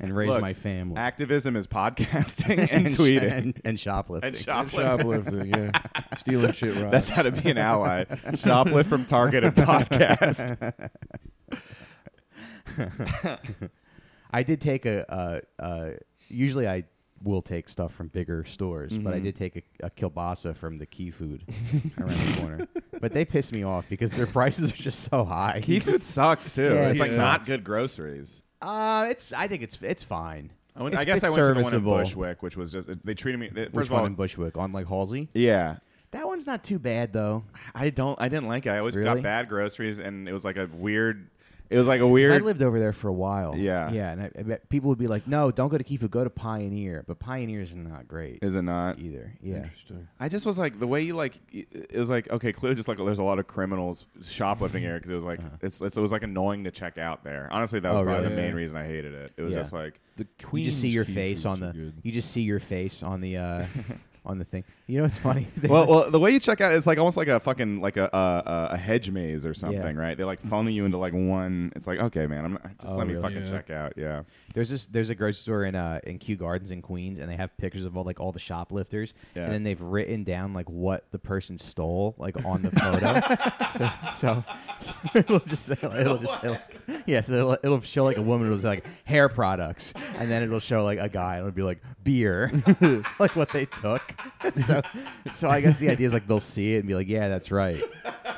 and raise Look, my family Activism is podcasting and tweeting. and, and shoplifting? and And shoplifting. shoplifting? yeah, stealing shit. Right. That's how to be an ally. Shoplift from Target and podcast. I did take a, a, a usually I will take stuff from bigger stores, but I Mm-hmm. did take a, a kielbasa from the Key Food around the corner. But they piss me off because their prices are just so high. Key food sucks too. Yeah, it's it like sucks. not good groceries. Uh, it's. I think it's it's fine. I, went, It's- I guess it's I went to the serviceable. one in Bushwick, which was just they treated me. They, first Which of all, one in Bushwick on like Halsey? yeah, That one's not too bad though. I don't. I didn't like it. I always Really? got bad groceries, and it was like a weird. It was like a 'Cause weird. I lived over there for a while. Yeah. Yeah, and I, I bet people would be like, "No, don't go to Kifu. Go to Pioneer." But Pioneer's not great is it not? either. Yeah. Interesting. I just was like the way you like y- it was like okay clearly just like there's a lot of criminals shoplifting here because it was like it's, it's it was like annoying to check out there. Honestly, that was Uh-huh. Oh, probably really? the Yeah. main reason I hated it. It was Yeah. just like The You Queen's just see your Keys face is on so the. good. You just see your face on the. uh On the thing, you know, it's funny. There's well, well, the way you check out, it's like almost like a fucking like a a, a hedge maze or something, right? They like funnel you into like one. It's like okay, man, I'm not, just Oh, let me really? fucking Yeah. check out. Yeah, There's this there's a grocery store in uh in Kew Gardens in Queens and they have pictures of all like all the shoplifters Yeah. and then they've written down like what the person stole like on the photo. so, so so it'll just say it'll just say like, yeah so it'll, it'll show like a woman it was like hair products and then it'll show like a guy and it'll be like beer like what they took. so so I guess the idea is like they'll see it and be like yeah that's right.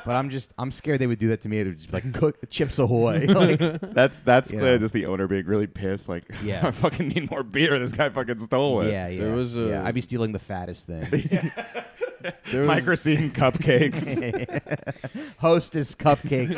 But I'm just I'm scared they would do that to me. It would just be like cook chips ahoy like that's that's Yeah. clearly just the owner being really pissed. Like, Yeah. I fucking need more beer. This guy fucking stole it. Yeah, yeah. There was yeah, a- I'd be stealing the fattest thing. There was- Microseed cupcakes. Hostess cupcakes.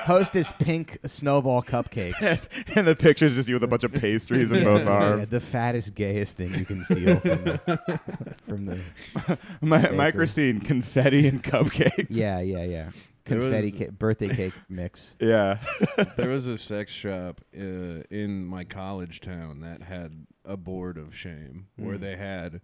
Hostess pink snowball cupcakes. and the picture's just you with a bunch of pastries in both Yeah, arms. the fattest, gayest thing you can steal from the, from the My, Bakery. microscene, confetti and cupcakes. yeah, yeah, yeah. There Confetti was- ca- birthday cake mix. Yeah. there was a sex shop uh, in my college town that had a board of shame where Hmm. they had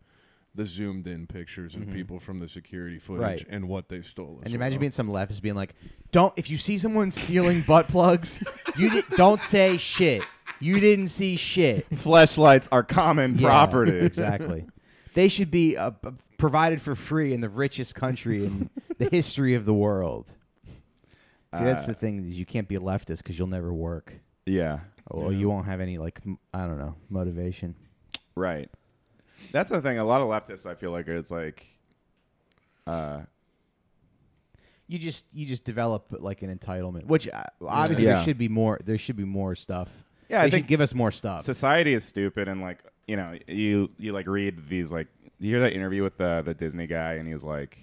the zoomed in pictures of people from the security footage Mm-hmm. Right. and what they stole. as And imagine well. being some leftist being like, "Don't if you see someone stealing butt plugs, you di- don't say shit. You didn't see shit. Fleshlights are common Yeah, property. Exactly. They should be uh, p- provided for free in the richest country in the history of the world. See, that's Uh, the thing is you can't be a leftist because you'll never work. Yeah. Or you won't have any like m- I don't know motivation. Right. That's the thing. A lot of leftists, I feel like, it's like, uh, You just you just develop like an entitlement, which uh, obviously Yeah. there should be more. There should be more stuff. Yeah, I they should think- give us more stuff. society is stupid and like you know you you like read these like you hear that interview with the the Disney guy and he was like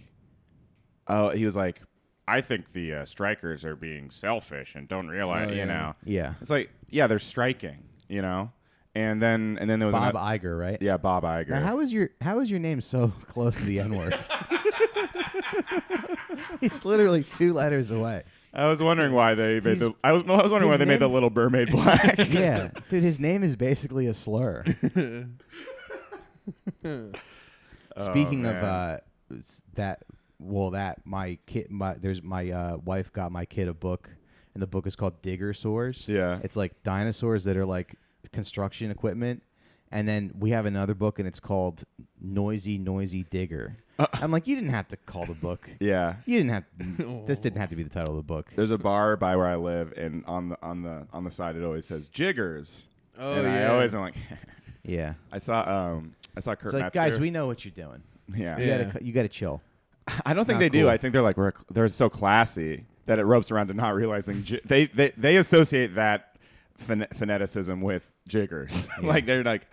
oh he was like I think the uh, strikers are being selfish and don't realize Oh, yeah. you know yeah, it's like yeah they're striking you know and then and then there was Bob ano- Iger, right? yeah Bob Iger Now, how is your how is your name so close to the N word? He's literally two letters away. I was wondering why they made He's- the I was, no, I was wondering why his they made the name- Little Mermaid black yeah, dude, his name is basically a slur. Speaking of Oh, man. uh, s- that, well, that my kid, my there's my uh, wife got my kid a book, and the book is called Digger Sores. Yeah. it's like dinosaurs that are like construction equipment. And then we have another book, and it's called Noisy Noisy Digger. I'm like, you didn't have to call the book. Uh. yeah You didn't have. this didn't have to be the title of the book. There's a bar by where I live, and on the on the on the side it always says Jiggers. Oh, and I yeah. always am like, Yeah. I saw um I saw Kurt It's like, Metzger. guys, we know what you're doing. yeah. You Yeah. gotta, cu- you gotta chill. I don't think not they do. cool. I think they're like we're, they're so classy that it ropes around to not realizing j- they they they associate that phan- phoneticism with Jiggers. like they're like,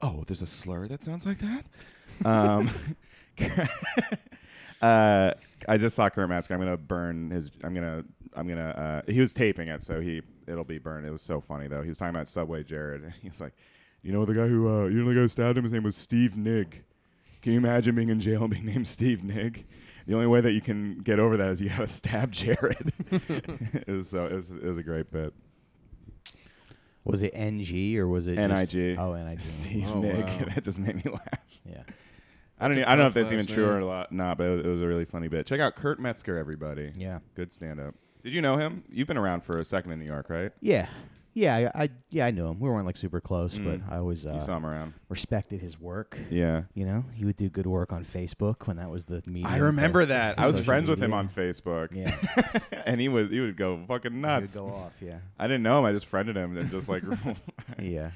oh, there's a slur that sounds like that. Um, uh, I just saw Kurt Metzger. I'm gonna burn his. I'm gonna. I'm gonna. Uh, he was taping it, so he it'll be burned. It was so funny though. He was talking about Subway Jared. He's like, you know the guy who uh, you know the guy who stabbed him. His name was Steve Nigg. Can you imagine being in jail and being named Steve Nigg? The only way that you can get over that is you gotta stab Jared. it was so. It was, it was a great bit. Was it NG or was it just- Nig. oh, Nig. Steve Oh, Nigg. wow. that just made me laugh. Yeah. I don't. That's Even, a I don't know tough if that's even last true or name. not, not, but it was, it was a really funny bit. Check out Kurt Metzger, everybody. Yeah. Good stand up. Did you know him? You've been around for a second in New York, right? Yeah. Yeah. I, I yeah I knew him. We weren't like super close, Mm. but I always you saw uh, him around. respected his work. Yeah. You know, he would do good work on Facebook when that was the medium. I remember for- that. for I was social friends with him media. on Facebook. Yeah. and he would he would go fucking He would nuts. go off. Yeah. I didn't know him. I just friended him and just like Yeah.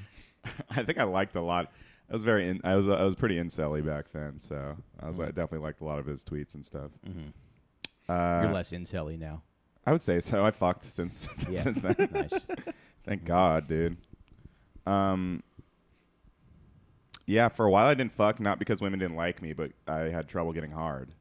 I think I liked a lot. I was very in, I was I was pretty incelly back then, so I was like, I definitely liked a lot of his tweets and stuff. Uh, Mm-hmm. You're less intelly now. I would say so. I fucked since Yeah. since then. nice. Thank God, dude. Um, yeah, for a while I didn't fuck, not because women didn't like me, but I had trouble getting hard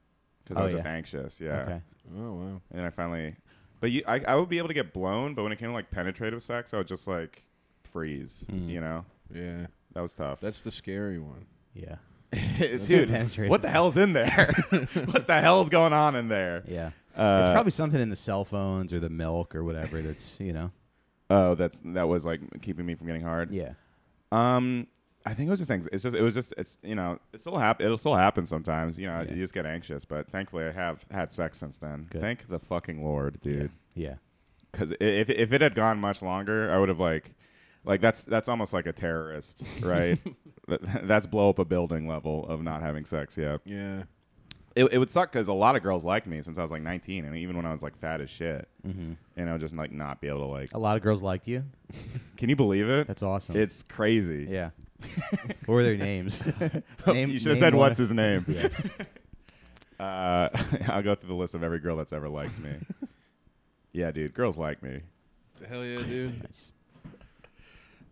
because I Oh, was just yeah. anxious. Yeah, Okay. Oh wow. and then I finally But you, I, I would be able to get blown, but when it came to like penetrative sex, I would just like freeze. Hmm. You know, Yeah, that was tough. that's the scary one. Yeah. Dude, penetrative what the hell's in there? what the hell's going on in there? Yeah. Uh, it's probably something in the cell phones or the milk or whatever that's, you know. Oh, that's that was like keeping me from getting hard. Yeah. Um, I think it was just things. It's just it was just it's you know it still happen. It'll still happen sometimes. You know, Yeah. you just get anxious. But thankfully, I have had sex since then. Good. Thank the fucking lord, dude. Yeah. Because if if it had gone much longer, I would have like, like that's that's almost like a terrorist, right? That- that's blow up a building level of not having sex. Yeah, Yeah, it, it would suck because a lot of girls liked me since I was like 19, and even when I was like fat as shit, hmm and I would just like not be able to like. A lot of girls liked you. Can you believe it? That's awesome. It's crazy. yeah. what were their names? you should have said one- what's his name. Yeah. Uh, I'll go through the list of every girl that's ever liked me. yeah, dude, girls like me. hell yeah, dude. Nice.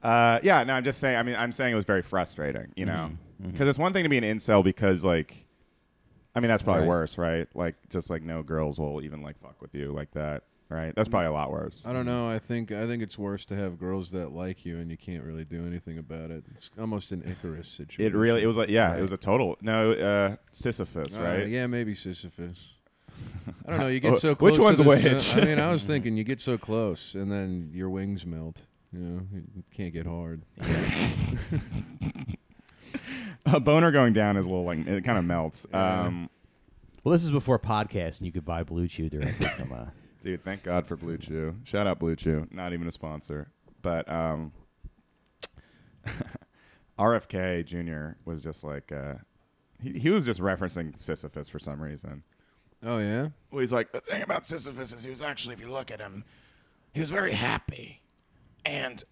Uh, yeah, no, I'm just saying. I mean, I'm saying it was very frustrating, you know, Mhm, mhm. because it's one thing to be an incel because like, I mean, that's probably Right. worse, right? Like, just like no girls will even like fuck with you like that, right? Mm. That's probably a lot worse. I don't know. I think I think it's worse to have girls that like you and you can't really do anything about it. It's almost an Icarus It situation. really, it was like, yeah, Right. it was a total no uh, Sisyphus, Uh, right? Yeah, maybe Sisyphus. I don't know. You get Oh, so which close. to one's the sun- which? I mean, I was thinking you get so close and then your wings melt. You know, it can't get hard. A boner going down is a little like it kind of melts. Yeah. Um, Well, this is before podcast, and you could buy Blue Chew directly from. Uh, Dude, thank God for Blue Chew. Shout out Blue Chew. Not even a sponsor. But um, RFK Jr. was just like, uh, he, he was just referencing Sisyphus for some reason. Oh yeah. Well, he's like, uh, The thing about Sisyphus is he was actually, if you look at him, he was very happy. And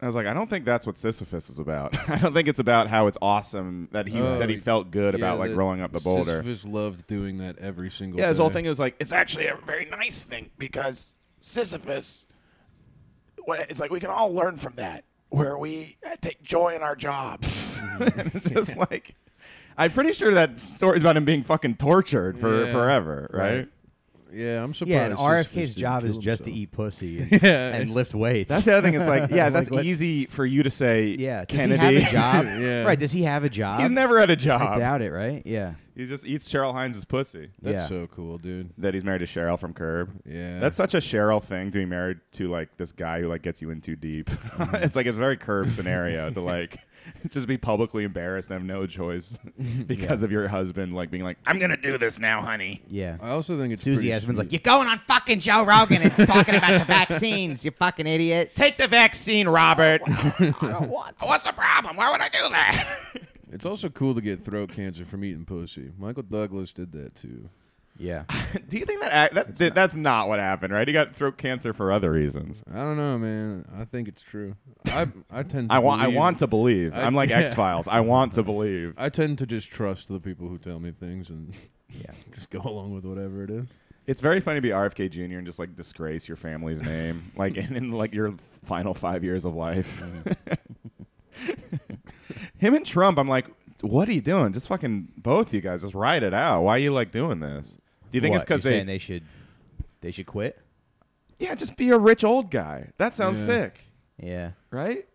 I was like, I don't think that's what Sisyphus is about. I don't think it's about how it's awesome that he Oh, that he felt good about Yeah, like rolling up the boulder. Sisyphus loved doing that every single. yeah, his day. whole thing was like, it's actually a very nice thing because Sisyphus, well, it's like we can all learn from that, where we uh, take joy in our jobs. Mhm. it's just like, I'm pretty sure that story's about him being fucking tortured for Yeah. forever, right? Right. Yeah, I'm surprised. yeah, and Sisyphus RFK's didn't job is kill just to himself. eat pussy and, Yeah. and lift weights. That's the other thing. It's like, yeah, that's let's- easy for you to say. yeah. Does Kennedy. he have a job? Yeah. Right. Does he have a job? He's never had a I job. doubt it. Right. Yeah. He just eats Cheryl Hines' pussy. That's yeah. so cool, dude. That he's married to Cheryl from Curb. Yeah. That's such a Cheryl thing to be married to like this guy who like gets you in too deep. it's like a very Curb scenario to like just be publicly embarrassed and have no choice because of your husband like being like, I'm going to do this now, honey. Uh, yeah. I also think it's Susie pretty Esmond's like, sweet. you're going on fucking Joe Rogan and talking about the vaccines, you fucking idiot. Take the vaccine, Robert. What's the problem? Why would I do that? It's also cool to get throat cancer from eating pussy. Michael Douglas did that too. Yeah. "Do you think that a- that, that that's not what happened, right? He got throat cancer for other reasons." I don't know, man. I think it's true. I I tend to I want I believe- want to believe. I- I, am like yeah. X Files. I want to believe. I tend to just trust the people who tell me things and Yeah. just go along with whatever it is. It's very funny to be RFK Jr. and just like disgrace your family's name, like in, in like your final five years of life. Him and Trump, I'm like, what are you doing? Just fucking both you guys, just ride it out. Why are you like doing this? Do you think it's What, you're because they, saying they should they should quit? yeah, just be a rich old guy. That sounds Yeah. sick, Yeah. right?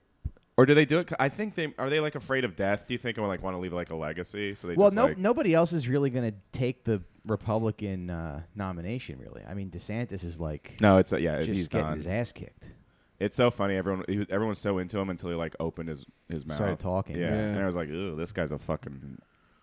Or do they do it? 'ca- I think they are they like afraid of death. Do you think they like want to leave like a legacy? So they Well, just, no, like, nobody else is really going to take the Republican uh, nomination, really. I mean, DeSantis is like no, it's yeah, just he's getting done. his ass kicked. It's so funny. Everyone, he, was- everyone's so into him until he like opened his his mouth, Started talking. Yeah. Yeah. and I was like, "Ooh, this guy's a fucking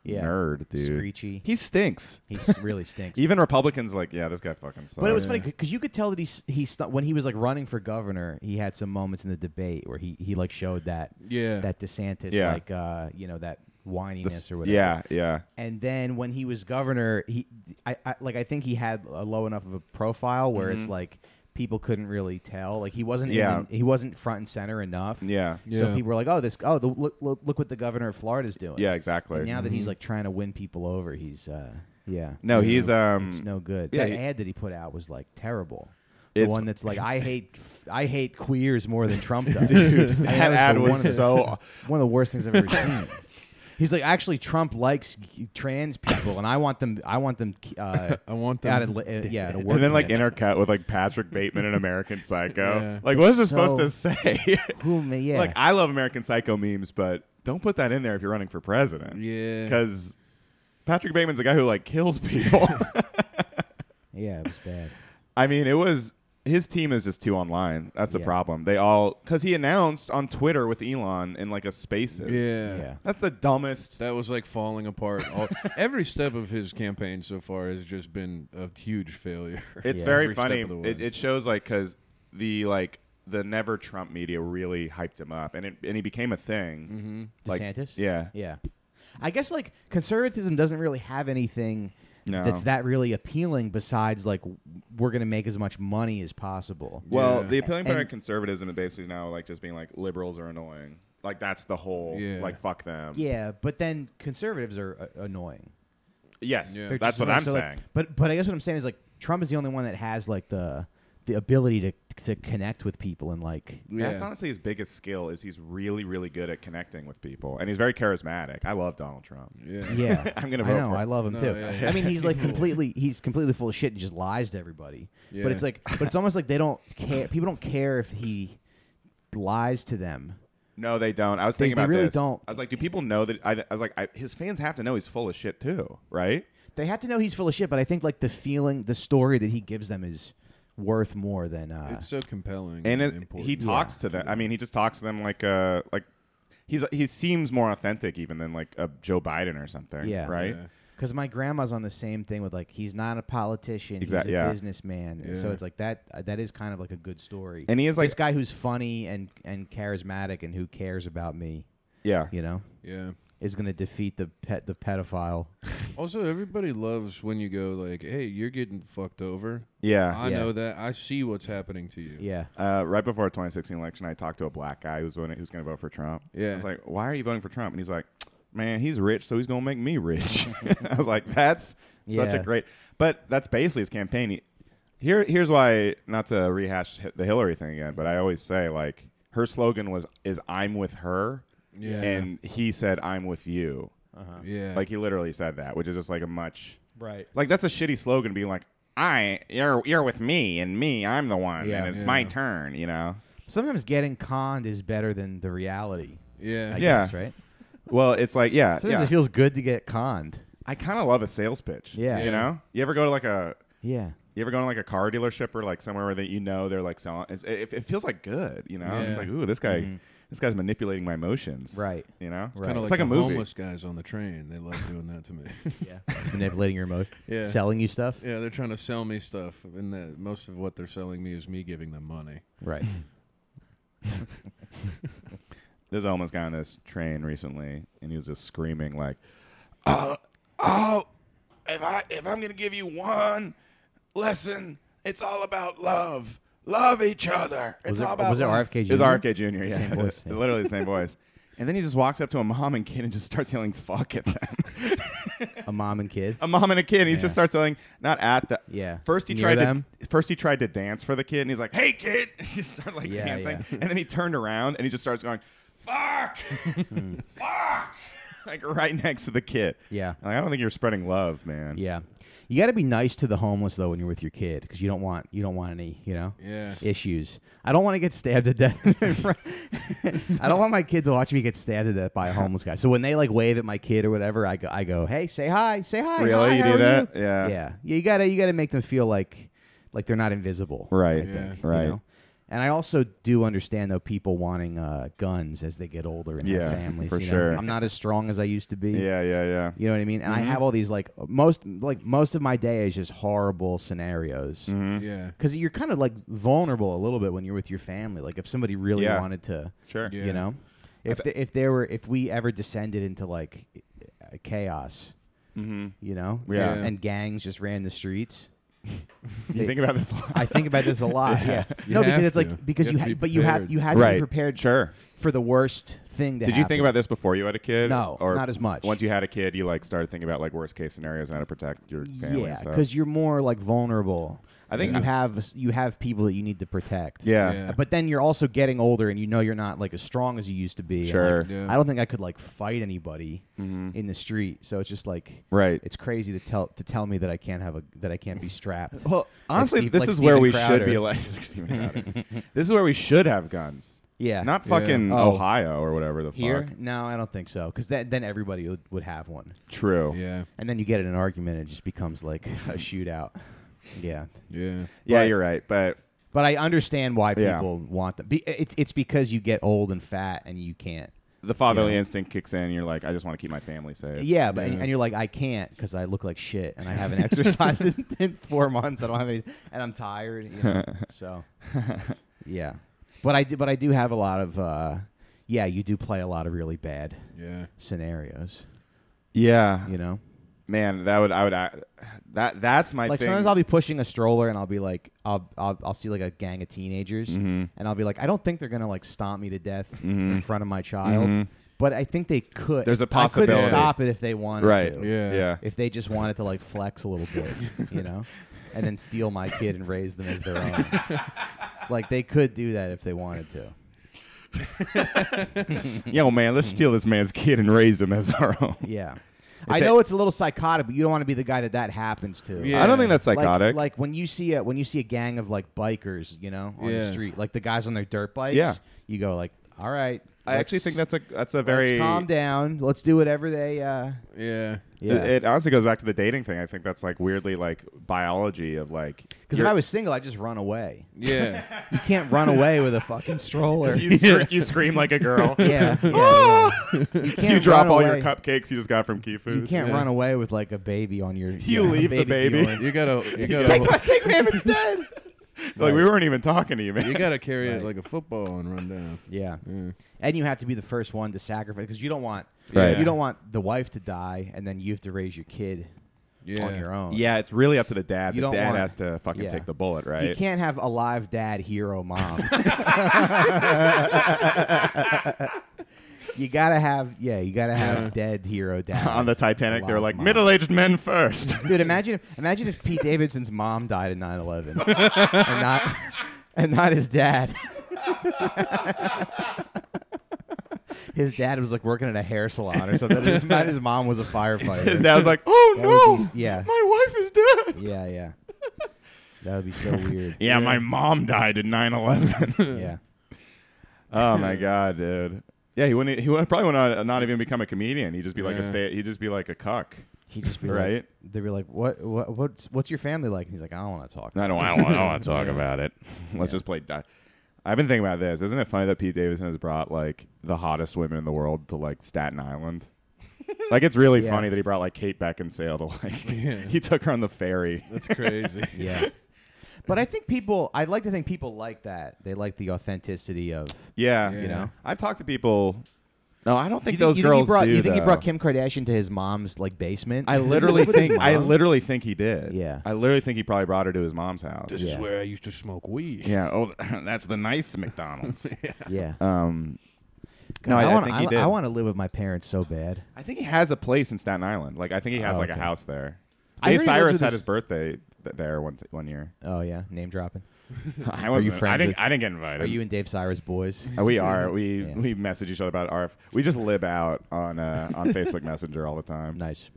Yeah. nerd, dude. Screechy. He stinks." He s- really stinks. Even Republicans like, "Yeah, this guy fucking sucks." But it was yeah. funny because you could tell that he s- he stu- when he was like running for governor, he had some moments in the debate where he, he like showed that Yeah. that DeSantis Yeah. like uh, you know that The s- whininess or whatever. yeah, yeah. and then when he was governor, he I, I like I think he had a low enough of a profile where it's like people couldn't really tell. Like he wasn't in Mm-hmm. Yeah. the- he wasn't front and center enough. Yeah. So Yeah. people were like, "Oh, this oh the, look, look look what the governor of Florida's doing." Yeah, Mm-hmm. exactly. And now that he's like trying to win people over, he's uh yeah. no, he's um. It's no good. yeah, that he- ad that he put out was like terrible. The It's- one that's like I hate I hate queers more than Trump does. And Dude, that ad the- was one of the- so- one of the worst things I've ever seen. He's like, actually, Trump likes g- trans people, and I want them. I want them. Uh, I want out at them li- uh, yeah, to work And then like together. intercut with like Patrick Bateman and American Psycho. Yeah. Like what is it supposed to That's say? who? ma- Yeah, Like I love American Psycho memes, but don't put that in there if you're running for president. Yeah. Because Patrick Bateman's a guy who like kills people. yeah, it was bad. I mean, it was his team is just too online. That's the Yeah. problem. They all because he announced on Twitter with Elon in like a Spaces. Yeah. Yeah. That's the dumbest. That was like falling apart. All, every step of his campaign so far has just been a huge failure. It's Yeah. very Every step funny. of the way. It, it shows like because the like the never Trump media really hyped him up, and it and he became a thing. Mm-hmm. Like, DeSantis? Yeah. Yeah. I guess like conservatism doesn't really have anything No. that's that really appealing besides like w- we're going to make as much money as possible. Well, Yeah. the appealing part of And- conservatism is basically now like just being like liberals are annoying. Like that's the whole Yeah. like fuck them. Yeah, but then conservatives are uh, annoying. Yes, Yeah. They're that's just what annoying. I'm So, like- saying. but but I guess what I'm saying is like Trump is the only one that has like the the ability to to connect with people and like Yeah. That's honestly his biggest skill is he's really really good at connecting with people and he's very charismatic. I love Donald Trump. yeah. yeah. I'm gonna I vote know, for I him. love him No, too. yeah, yeah. I mean, he's like completely he's completely full of shit and just lies to everybody. Yeah. But it's like but it's almost like they don't care people don't care if he lies to them. No, they don't. I was They- thinking they about really this. don't. I was like, do people know that? I, I was like, I, his fans have to know he's full of shit too, right? They have to know he's full of shit, but I think like the feeling, the story that he gives them is worth more than uh, It's so compelling. And And, it, important. he talks to them. I mean, he just talks to them like uh like he's he seems more authentic even than like a Joe Biden or something. Yeah. right. Yeah. because my grandma's on the same thing with like he's not a politician, Exact- he's a yeah. businessman, and so Yeah. it's like that. Uh, that is kind of like a good story. And he is like this guy who's funny and and charismatic and who cares about me, yeah. you know, Yeah. is going to defeat the pet the pedophile. Also, everybody loves when you go like, "Hey, you're getting fucked over." Yeah. I Yeah. know that. I see what's happening to you. yeah, Uh, right before the 2016 election, I talked to a black guy who's voting, who's going to vote for Trump. Yeah. I was like, "Why are you voting for Trump?" And he's like, "Man, he's rich, so he's going to make me rich." I was like, "That's such a Yeah. great." But that's basically his campaign. He- Here, here's why. Not to rehash hi- the Hillary thing again, but I always say like her slogan was "is I'm with her," Yeah. Uh-huh. and he said "I'm with you." Yeah. Like he literally said that, which is just like a much right. like that's a shitty slogan. Being like, "I you're you're with me, and me I'm the one, Yeah. and it's my Yeah. turn," you know. Sometimes getting conned is better than the reality. yeah. I Yeah. guess, right. Well, it's like yeah, Sometimes yeah. it feels good to get conned. I kind of love a sales pitch. Yeah. you Yeah. know, you ever go to like a Yeah. you ever go to like a car dealership or like somewhere where that you know they're like selling. It's, it, it feels like good, you know. It's Yeah. like ooh, this guy, this guy's manipulating my emotions. Right. You know. Right. Kind Kinda of It's like, like the a movie. homeless guys on the train. They love doing that to me. Yeah. Manipulating your emotion. Yeah. Selling you stuff. yeah, they're trying to sell me stuff, and that most of what they're selling me is me giving them money. Right. There's a homeless guy on this train recently, and he was just screaming like, Oh, if I if I'm gonna give you one lesson, it's all about love. Love each other. It's Was all it, about was it love. RFK "Is Jr.? RFK Jr." Yeah, Same voice, yeah. literally the same voice. And then he just walks up to a mom and kid and just starts yelling "fuck" at them. a mom and kid. a mom and a kid. And he Yeah. just starts yelling, not at the. Yeah. First he Near tried them? to. First he tried to dance for the kid, and he's like, "Hey, kid!" And he started like Yeah, dancing, yeah. and then he turned around and he just starts going, "Fuck, fuck!" like right next to the kid. Hmm. Yeah. Like, I don't think you're spreading love, man. Yeah, you got to be nice to the homeless though when you're with your kid because you don't want you don't want any you know Yeah. issues. I don't want to get stabbed to death. I don't want my kid to watch me get stabbed to death by a homeless guy. So when they like wave at my kid or whatever, I go I go hey say hi say hi. Really? hi, You how do are that? you?" Yeah. yeah yeah. You gotta you gotta make them feel like like they're not invisible. Right. I think, Right. You know? And I also do understand though people wanting uh, guns as they get older and Yeah, have families. for you know? sure. I'm not as strong as I used to be. Yeah. Yeah. Yeah. You know what I mean? And I have all these like most like most of my day is just horrible scenarios Yeah. because you're kind of like vulnerable a little bit when you're with your family. Like if somebody really Yeah. wanted to, Sure. Yeah. you know, if the, if there were if we ever descended into like uh, chaos, you know, Yeah. and gangs just ran the streets. You think about this a lot. I think about this a lot. yeah. You No, because have it's to. like because You you, have to ha- be but you have prepared. you had to be right. prepared Sure. for the worst thing to Did you think happen. about this before you had a kid? No, or not as much. Once you had a kid, you like started thinking about like worst case scenarios, how to protect your family Yeah, and stuff. because you're more like vulnerable. I think you I- have you have people that you need to protect. yeah, Yeah. But then you're also getting older, and you know you're not like as strong as you used to be. and, Sure. Mm-hmm. like, Yeah. I don't think I could like fight anybody in the street. So it's just like right. it's crazy to tell to tell me that I can't have a that I can't be strapped. well, Like honestly, Steve- this like is where Steven we Crowder. should be like Steven Crowder. this is where we should have guns. Yeah. Not Yeah. fucking Oh. Ohio or whatever the Here? fuck. No, I don't think so. Because then everybody would, would have one, True. Yeah. and then you get in an argument, and it just becomes like a shootout. Yeah. Yeah. Yeah, But- you're right. But But I understand why Yeah. people want them. Be- it's it's because you get old and fat and you can't. the fatherly Yeah. instinct kicks in. You're like, I just want to keep my family safe. Yeah, but And, Yeah. and you're like, I can't because I look like shit and I haven't exercised in, in four months. I don't have any, and I'm tired. You know? so, yeah. But I do, but I do have a lot of. Uh, yeah, you do play a lot of really bad Yeah. scenarios. Yeah. You know. Man, that would I would I, that that's my like thing. sometimes I'll be pushing a stroller and I'll be like, I'll I'll, I'll see like a gang of teenagers Mm-hmm. and I'll be like, I don't think they're gonna like stomp me to death in front of my child, but I think they could. Mm-hmm. There's a I possibility. could stop it if they wanted right. to. Yeah. Yeah. If they just wanted to like flex a little bit, you know, and then steal my kid and raise them as their own. like they could do that if they wanted to. Yo, man, let's steal this man's kid and raise him as our own. Yeah. I that- know it's a little psychotic, but you don't want to be the guy that that happens to. Yeah. I don't think that's Like- psychotic. Like, when you see a when you see a gang of like bikers, you know, on the Yeah. street, like the guys on their dirt bikes. Yeah. You go like, all right. I actually let's- think that's a that's a let's very calm down. Let's do whatever they. Uh, Yeah. It- yeah. It, honestly goes back to the dating thing. I think that's like weirdly like biology of like Because if I was single, I would just run away. Yeah. You can't run away with a fucking stroller. you, scr- you scream like a girl. yeah. yeah, yeah. You, can't You drop run all your away- cupcakes you just got from Key Food. You can't run away with like a baby on your. You yeah, leave the baby. on- you gotta. You Take my gotta. take him instead. Like we weren't even talking to you, man. you gotta carry it Right. like a football and run down. Yeah. Mm. Yeah. and you have to be the first one to sacrifice because you don't want Right. you don't want the wife to die and then you have to raise your kid Yeah. on your own. yeah, it's really up to the dad. You the don't dad want- has to fucking yeah. take the bullet, right? You can't have a live dad hero mom. you gotta have yeah, you gotta have Yeah. dead hero dad. On the Titanic, Wow, they're like mom. middle-aged men first. Dude, imagine if, imagine if Pete Davidson's mom died in 9/11 and not and not his dad. his dad was like working at a hair salon or something. His, his mom was a firefighter. His dad was like, "Oh That would no, be- yeah. my wife is dead." Yeah, yeah. That would be so weird. Yeah, my mom died in 9-11. Yeah. oh my god, dude. Yeah, he wouldn't. He would probably would not, not even become a comedian. He'd just be like Yeah. a stay. He'd just be like a cuck. He'd just be Right. Like, they'd be like, "What? What? What's what's your family like?" And he's like, "I don't want to talk." I don't. I don't, want- I don't want to talk Yeah. about it. Let's just play. Di- I've been thinking about this. Isn't it funny that Pete Davidson has brought like the hottest women in the world to like Staten Island? like it's really Yeah. funny that he brought like Kate Beckinsale to like. Yeah. He took her on the ferry. That's crazy. Yeah. But I think people. I like to think people like that. They like the authenticity of. Yeah, You know? I've talked to people. No, I don't think you those you Think girls he brought, do. you think he though. brought Kim Kardashian to his mom's like basement? I literally With his think I mom? literally think he did. Yeah. I literally think he probably brought her to his mom's house. This is Yeah. where I used to smoke weed. Yeah. Oh, that's the nice McDonald's. Yeah. um, God, no, I, I wanna, think he I, did. I want to live with my parents so bad. I think he has a place in Staten Island. Like I think he has Oh, like a okay. house there. I heard he Dave lives Cyrus with had his- his birthday th- there one t- one year. Oh yeah, name dropping. I was. friends I didn't. with- I didn't get invited. Are you and Dave Cyrus boys? Uh, we are. We Yeah. we message each other about RF. We just lib out on uh, on Facebook Messenger all the time. nice.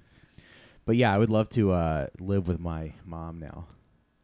But yeah, I would love to uh, live with my mom now.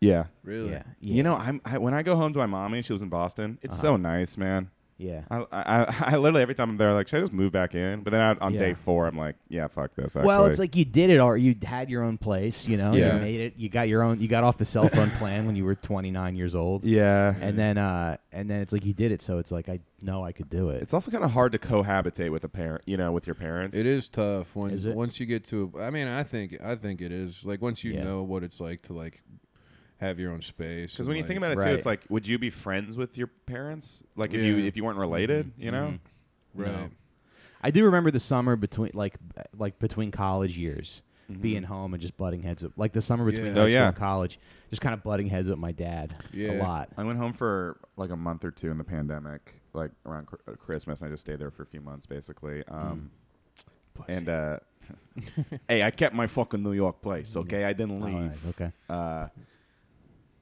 Yeah. Really? Yeah. Uh-huh. You know, I'm I, when I go home to my mommy, she lives in Boston. It's so nice, man. Yeah. I, I I- I literally every time I'm there, like, should I just move back in? But then I, on Yeah. day four, I'm like, yeah, fuck this. Well, actually. it's like you did it, or you had your own place. You know, Yeah. you made it. You got your own. You got off the cell phone plan when you were 29 years old. yeah, And then, uh, and then it's like you did it. So it's like I know I could do it. it's also kind of hard to cohabitate with a parent, you know, with your parents. It is tough when Is it? once you get to. I mean, I think I think it is like once you Yeah. know what it's like to like have your own space. because when you think about it too, Right. it's like, would you be friends with your parents? Like if Yeah. you if you weren't related, you Mm-hmm. know? right, No. I do remember the summer between, like, like between college years. being home and just butting heads up, like the summer between Yeah. high Oh, school Mm-hmm. yeah. and college, just kind of butting heads with my dad a Yeah. lot. I went home for like a month or two in the pandemic, like around cr- uh, Christmas. And I just stayed there for a few months, basically. Um, Mm. And uh, hey, I kept my fucking New York place. Okay, I didn't Mm. All leave. right, okay. Uh,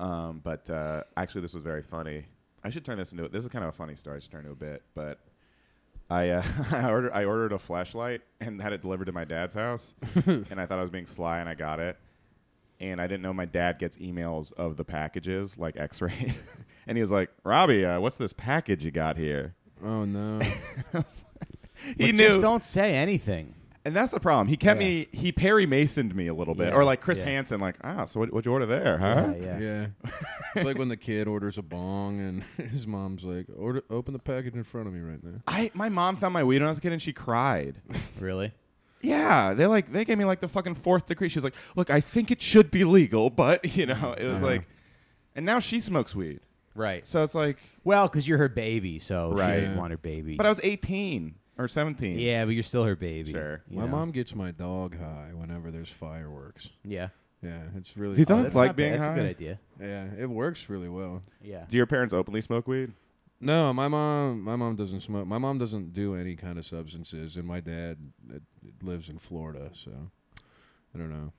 um, but uh, actually, this was very funny. I should turn this into. This is kind of a funny story. I should turn into a bit, but. I, uh, I ordered I ordered a flashlight and had it delivered to my dad's house, and I thought I was being sly and I got it, and I didn't know my dad gets emails of the packages like X-ray, and he was like, "Robbie, uh, what's this package you got here?" Oh no. He But knew, Just don't say anything. and that's the problem. He kept Yeah. me he Perry Masoned me a little bit, Yeah, or like Chris yeah. Hansen, like, "Ah, so what, what'd you order there, huh?" Yeah, yeah. yeah. It's like when the kid orders a bong and his mom's like, "Order, open the package in front of me right now." I my mom found my weed when I was a kid and she cried. Really? Yeah, they like they gave me like the fucking fourth degree. She's like, look, I think it should be legal, but you know, it was Uh-huh. like, and now she smokes weed, Right. so it's like, Well, because you're her baby, so Right. she doesn't want her baby. but I was eighteen or seventeen. yeah, but you're still her baby. Sure. you my know? mom gets my dog high whenever there's fireworks. Yeah. Yeah, it's really. Do dogs That's like not being bad. That's high? a good idea. Yeah, it works really well. Yeah. Do your parents openly smoke weed? No, my mom, my mom doesn't smoke. My mom doesn't do any kind of substances, and my dad uh, lives in Florida, so I don't know.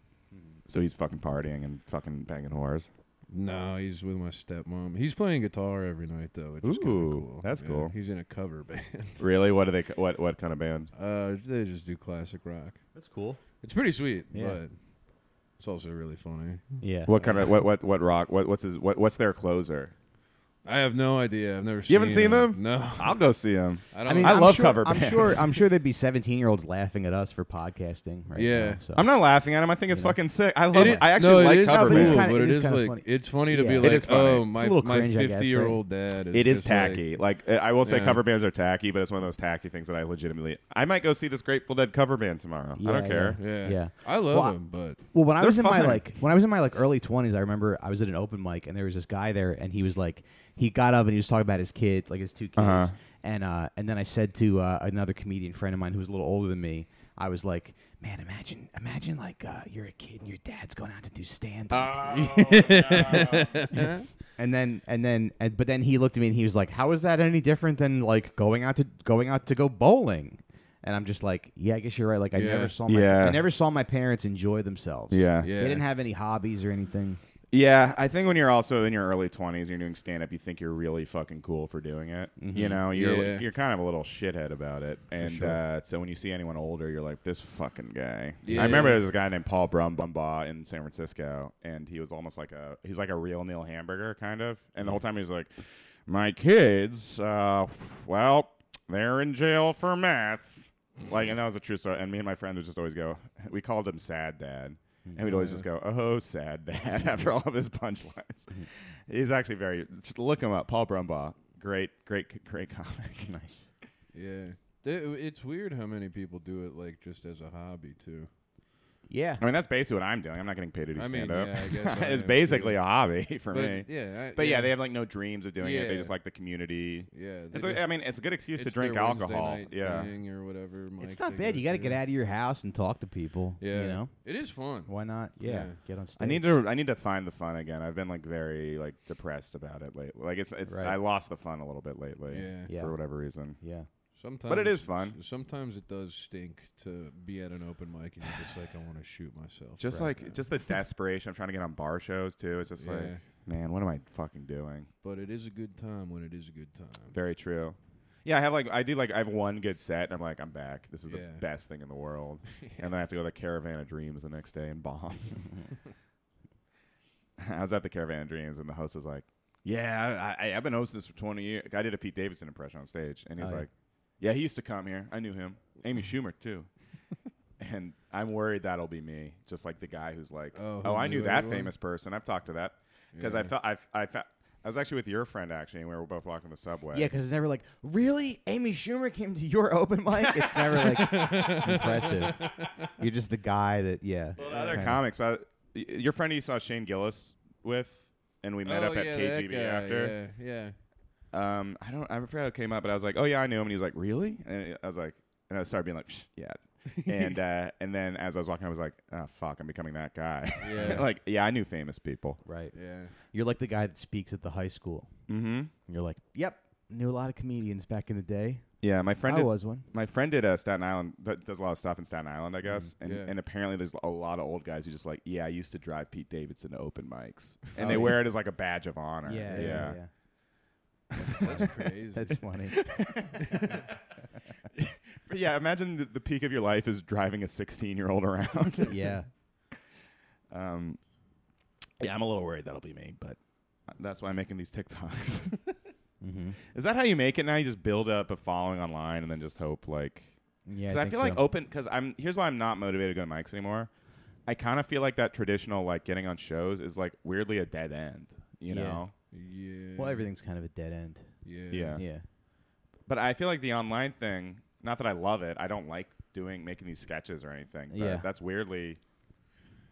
So he's fucking partying and fucking banging whores. No, he's with my stepmom. He's playing guitar every night though, which is kind of Ooh, cool. that's Yeah, cool. He's in a cover band. Really? What do they? What what kind of band? Uh, they just do classic rock. That's cool. It's pretty sweet, Yeah. but it's also really funny. Yeah. What kind of what what what rock? What what's his what what's their closer? I have no idea. I've never. You haven't seen them? No, I'll go see him. I don't. I mean, I am love sure, cover I'm bands. sure. I'm sure there'd be 17 year olds laughing at us for podcasting. Right Yeah. Now, so. I'm not laughing at him. I think it's fucking sick. I love. It It, i- I actually no, it like is cover cool, bands. It's kinda- but it it is is, kinda like funny. it's funny to Yeah. be It like, is funny. oh, It's a my little my cringe, I guess, right? fifty year old dad. Is It is just like- tacky. Like, uh, I will say, Yeah. cover bands are tacky, but it's one of those tacky things that I legitimately. I might go see this Grateful Dead cover band tomorrow. I don't Yeah, care. yeah, Yeah. I love Well, him, but Well, when I They're was in my fine. like when I was in my like early twenties, I remember I was at an open mic and there was this guy there and he was like he got up and he was talking about his kid, like his two kids, Uh-huh. and uh, and then I said to uh, another comedian friend of mine who was a little older than me, I was like, man, imagine imagine like uh, you're a kid and your dad's going out to do stand up, Oh, and then and then and, but then he looked at me and he was like, how is that any different than like going out to going out to go bowling? And I'm just like, yeah, I guess you're right. Like I Yeah. never saw my Yeah. I never saw my parents enjoy themselves. Yeah. Yeah. yeah, They didn't have any hobbies or anything. I think when you're also in your early 20s, you're doing stand up, you think you're really fucking cool for doing it. You know, you're Mm-hmm. Yeah. you're kind of a little shithead about it, and sure. uh, so when you see anyone older, you're like, this fucking guy. Yeah. I remember there was a guy named Paul Brum Bumbaugh in San Francisco, and he was almost like a he's like a real Neil Hamburger kind of, and the whole time he was like, my kids, uh, well, they're in jail for meth. Like, and that was a true story. And me and my friend would just always go, we called him Sad Dad. And we'd always just go, oh, sad dad, after all of his punchlines. He's actually very, just look him up. Paul Brumbaugh. Great, great, great comic. Nice. yeah, Th- it's weird how many people do it like just as a hobby too. Yeah. I mean, that's basically what I'm doing. I'm not getting paid to do I mean, stand up. yeah, I guess I it's am, basically too. a hobby for But me. yeah, I, But yeah. yeah, they have like no dreams of doing it. They Yeah. just like the community. yeah. they It's just- like- I mean, it's a good excuse to it's their drink Wednesday alcohol. night Yeah. thing or whatever. It's mic not they bad. go You got to to. get out of your house and talk to people. Yeah, You know? it is fun. Why not? Yeah. Yeah. Get on stage. I need to I need to find the fun again. I've been like very like depressed about it lately. Like it's it's Right. I lost the fun a little bit lately Yeah. Yeah. for whatever reason. Yeah. Sometimes, is fun. s- Sometimes it does stink to be at an open mic and you're just like, I want to shoot myself. Just right like now." just the desperation of trying to get on bar shows too. It's just like Yeah. man, what am I fucking doing? But it is a good time when it is a good time. Very true. Yeah, I have like I do like I have one good set and I'm like I'm back. This is Yeah. the best thing in the world. And then I have to go to the Caravan of Dreams the next day and bomb. I was at the Caravan of Dreams and the host was like, "Yeah, I, I, I've been hosting this for 20 years." I did a Pete Davidson impression on stage and he's Oh, yeah. like, "Yeah, he used to come here. I knew him. Amy Schumer too." and I'm worried that'll be me, just like the guy who's like, Oh, "Oh, who I knew knew that everyone? famous person. I've talked to that." Because I Yeah. felt I, I felt I was actually with your friend actually, and we were both walking the subway. Yeah, because it's never like, really? Amy Schumer came to your open mic? It's never like impressive. You're just the guy that, yeah. Well, other kinda- comics, but y- your friend you saw Shane Gillis with, and we met oh, up at yeah, that KGB guy, after. Yeah, yeah. Um, I don't, I forgot how it came up, but I was like, oh yeah, I knew him, and he was like, really? And I was like, and I started being like, Psh, yeah, and uh, and then as I was walking, I was like, oh, fuck, I'm becoming that guy. Yeah. like, yeah, I knew famous people. Right. Yeah. You're like the guy that speaks at the high school. Mm-hmm. And you're like, yep, knew a lot of comedians back in the day. Yeah, my friend. I did- was one. My friend did uh, Staten Island. d- Does a lot of stuff in Staten Island, I guess. and yeah. and apparently, there's a lot of old guys who just like, yeah, I used to drive Pete Davidson to open mics, and Oh, they yeah. wear it as like a badge of honor. That's crazy. That's funny. But yeah, imagine the, the peak of your life is driving a 16 year old around. yeah. um, yeah, I'm a little worried that'll be me, but that's why I'm making these TikToks. Mm-hmm. is that how you make it now? You just build up a following online and then just hope like. Yeah. Because I, think feel like so. open. Because I'm here's why I'm not motivated to go to mics anymore. I kind of feel like that traditional like getting on shows is like weirdly a dead end. You Yeah. know. yeah. well, everything's kind of a dead end. Yeah. Yeah. Yeah. But I feel like the online thing. Not that I love it. I don't like doing making these sketches or anything. But Yeah. That's weirdly.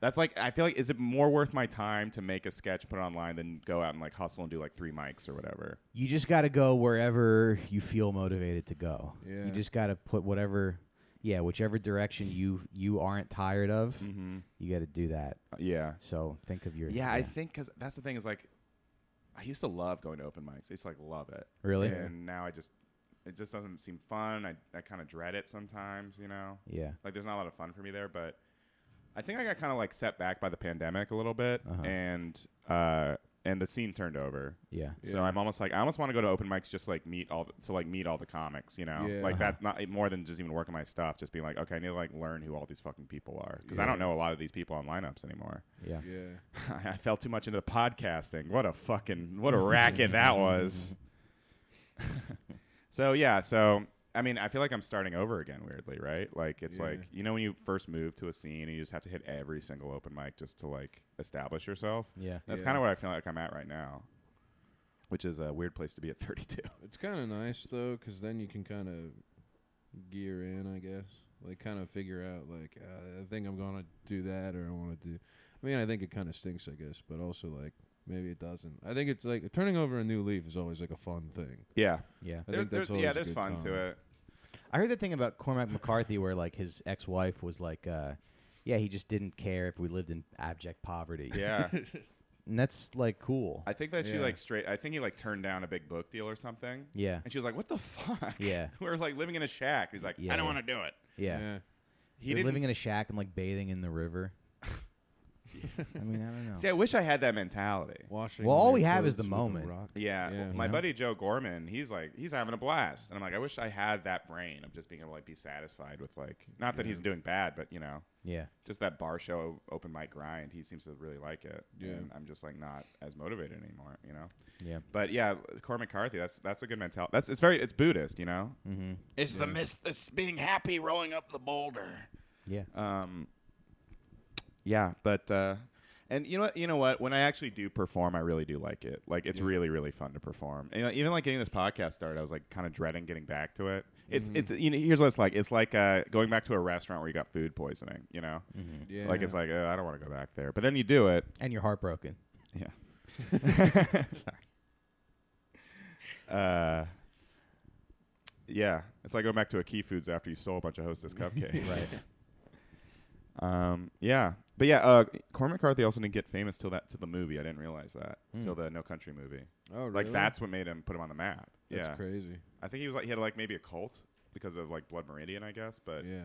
That's like I feel like is it more worth my time to make a sketch, put it online, than go out and like hustle and do like three mics or whatever. You just got to go wherever you feel motivated to go. Yeah. You just got to put whatever, yeah, whichever direction you you aren't tired of, Mm-hmm. you got to do that. Uh, Yeah. So think of your Yeah, I think because that's the thing is like, I used to love going to open mics. I used to like love it. really Yeah. and now I just it just doesn't seem fun. I, I kind of dread it sometimes, you know. yeah. Like there's not a lot of fun for me there, but I think I got kind of like set back by the pandemic a little bit, Uh-huh. and uh, and the scene turned over. Yeah. So I'm almost like I almost want to go to open mics just like meet all to like meet all the comics, you know, Yeah. like Uh-huh. that. Not more than just even working my stuff, just being like, okay, I need to like learn who all these fucking people are because I Yeah. don't know a lot of these people on lineups anymore. Yeah. Yeah. I fell too much into the podcasting. What a fucking what a racket that was. so yeah, so I mean, I feel like I'm starting over again weirdly, right? Like it's Yeah. like you know when you first move to a scene and you just have to hit every single open mic just to like establish yourself. Yeah. That's Yeah. kind of where I feel like I'm at right now. Which is a weird place to be at 32. It's kind of nice though, 'cause then you can kind of gear in, I guess. Like, kind of figure out, like, uh, I think I'm gonna do that, or I want to do. I mean, I think it kind of stinks, I guess, but also like maybe it doesn't. I think it's like turning over a new leaf is always like a fun thing. Yeah. Yeah. I There- think that's there's- always yeah, a there's good fun time. to it. I heard the thing about Cormac McCarthy where like his ex-wife was like uh yeah, he just didn't care if we lived in abject poverty. Yeah. And that's like cool. I think that she Yeah. like straight I think he like turned down a big book deal or something. yeah. And she was like, "What the fuck?" Yeah. we're like living in a shack. He's like, Yeah, "I don't yeah. want to do it." Yeah. He They're didn't. living in a shack and like bathing in the river. I mean, I don't know. See, I wish I had that mentality. Washing. Well, all your we have is clothes the with a moment. rock. Yeah, Yeah. my Yeah. buddy Joe Gorman, he's like, he's having a blast, and I'm like, I wish I had that brain of just being able to like be satisfied with like, not that he's doing bad, but you know, yeah. just that bar show open mic grind. He seems to really like it. Yeah. and I'm just like not as motivated anymore, you know. Yeah. But yeah, Cormac McCarthy, that's that's a good mentality. That's it's very it's Buddhist, you know. Is the miss this being happy rolling up the boulder? Yeah. Um, yeah, but uh, and you know what? You know what? When I actually do perform, I really do like it. Like it's really really fun to perform. And you know, even like getting this podcast started, I was like kind of dreading getting back to it. It's it's you know here's what it's like. It's like uh, going back to a restaurant where you got food poisoning. You know, Yeah. like it's like uh, I don't want to go back there. But then you do it. And you're heartbroken. Yeah. Sorry. Uh. Yeah, it's like going back to a Key Foods after you stole a bunch of Hostess cupcakes. Right. Um, yeah, but yeah, uh, Cormac McCarthy also didn't get famous till that till the movie. I didn't realize that till the No Country movie. Hmm. Oh, really? Like that's what made him put him on the map. That's yeah, crazy. I think he was like he had like maybe a cult because of like Blood Meridian, I guess. But Yeah.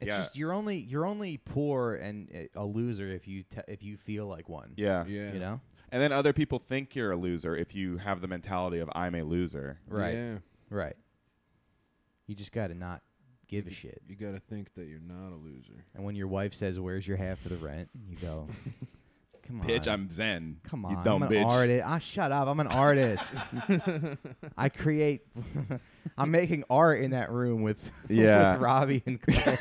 It's Yeah. just you're only you're only poor and uh, a loser if you te- if you feel like one. yeah, Yeah. You know. and then other people think you're a loser if you have the mentality of I'm a loser. Right. Yeah. Right. You just got to not give a shit. You gotta think that you're not a loser. And when your wife says, "Where's your half of the rent?" you go, "Come on, Zen. Come on, I'm an artist. Ah, shut up. I'm an artist. I create. I'm making art in that room with, Yeah. with Robbie and Cole.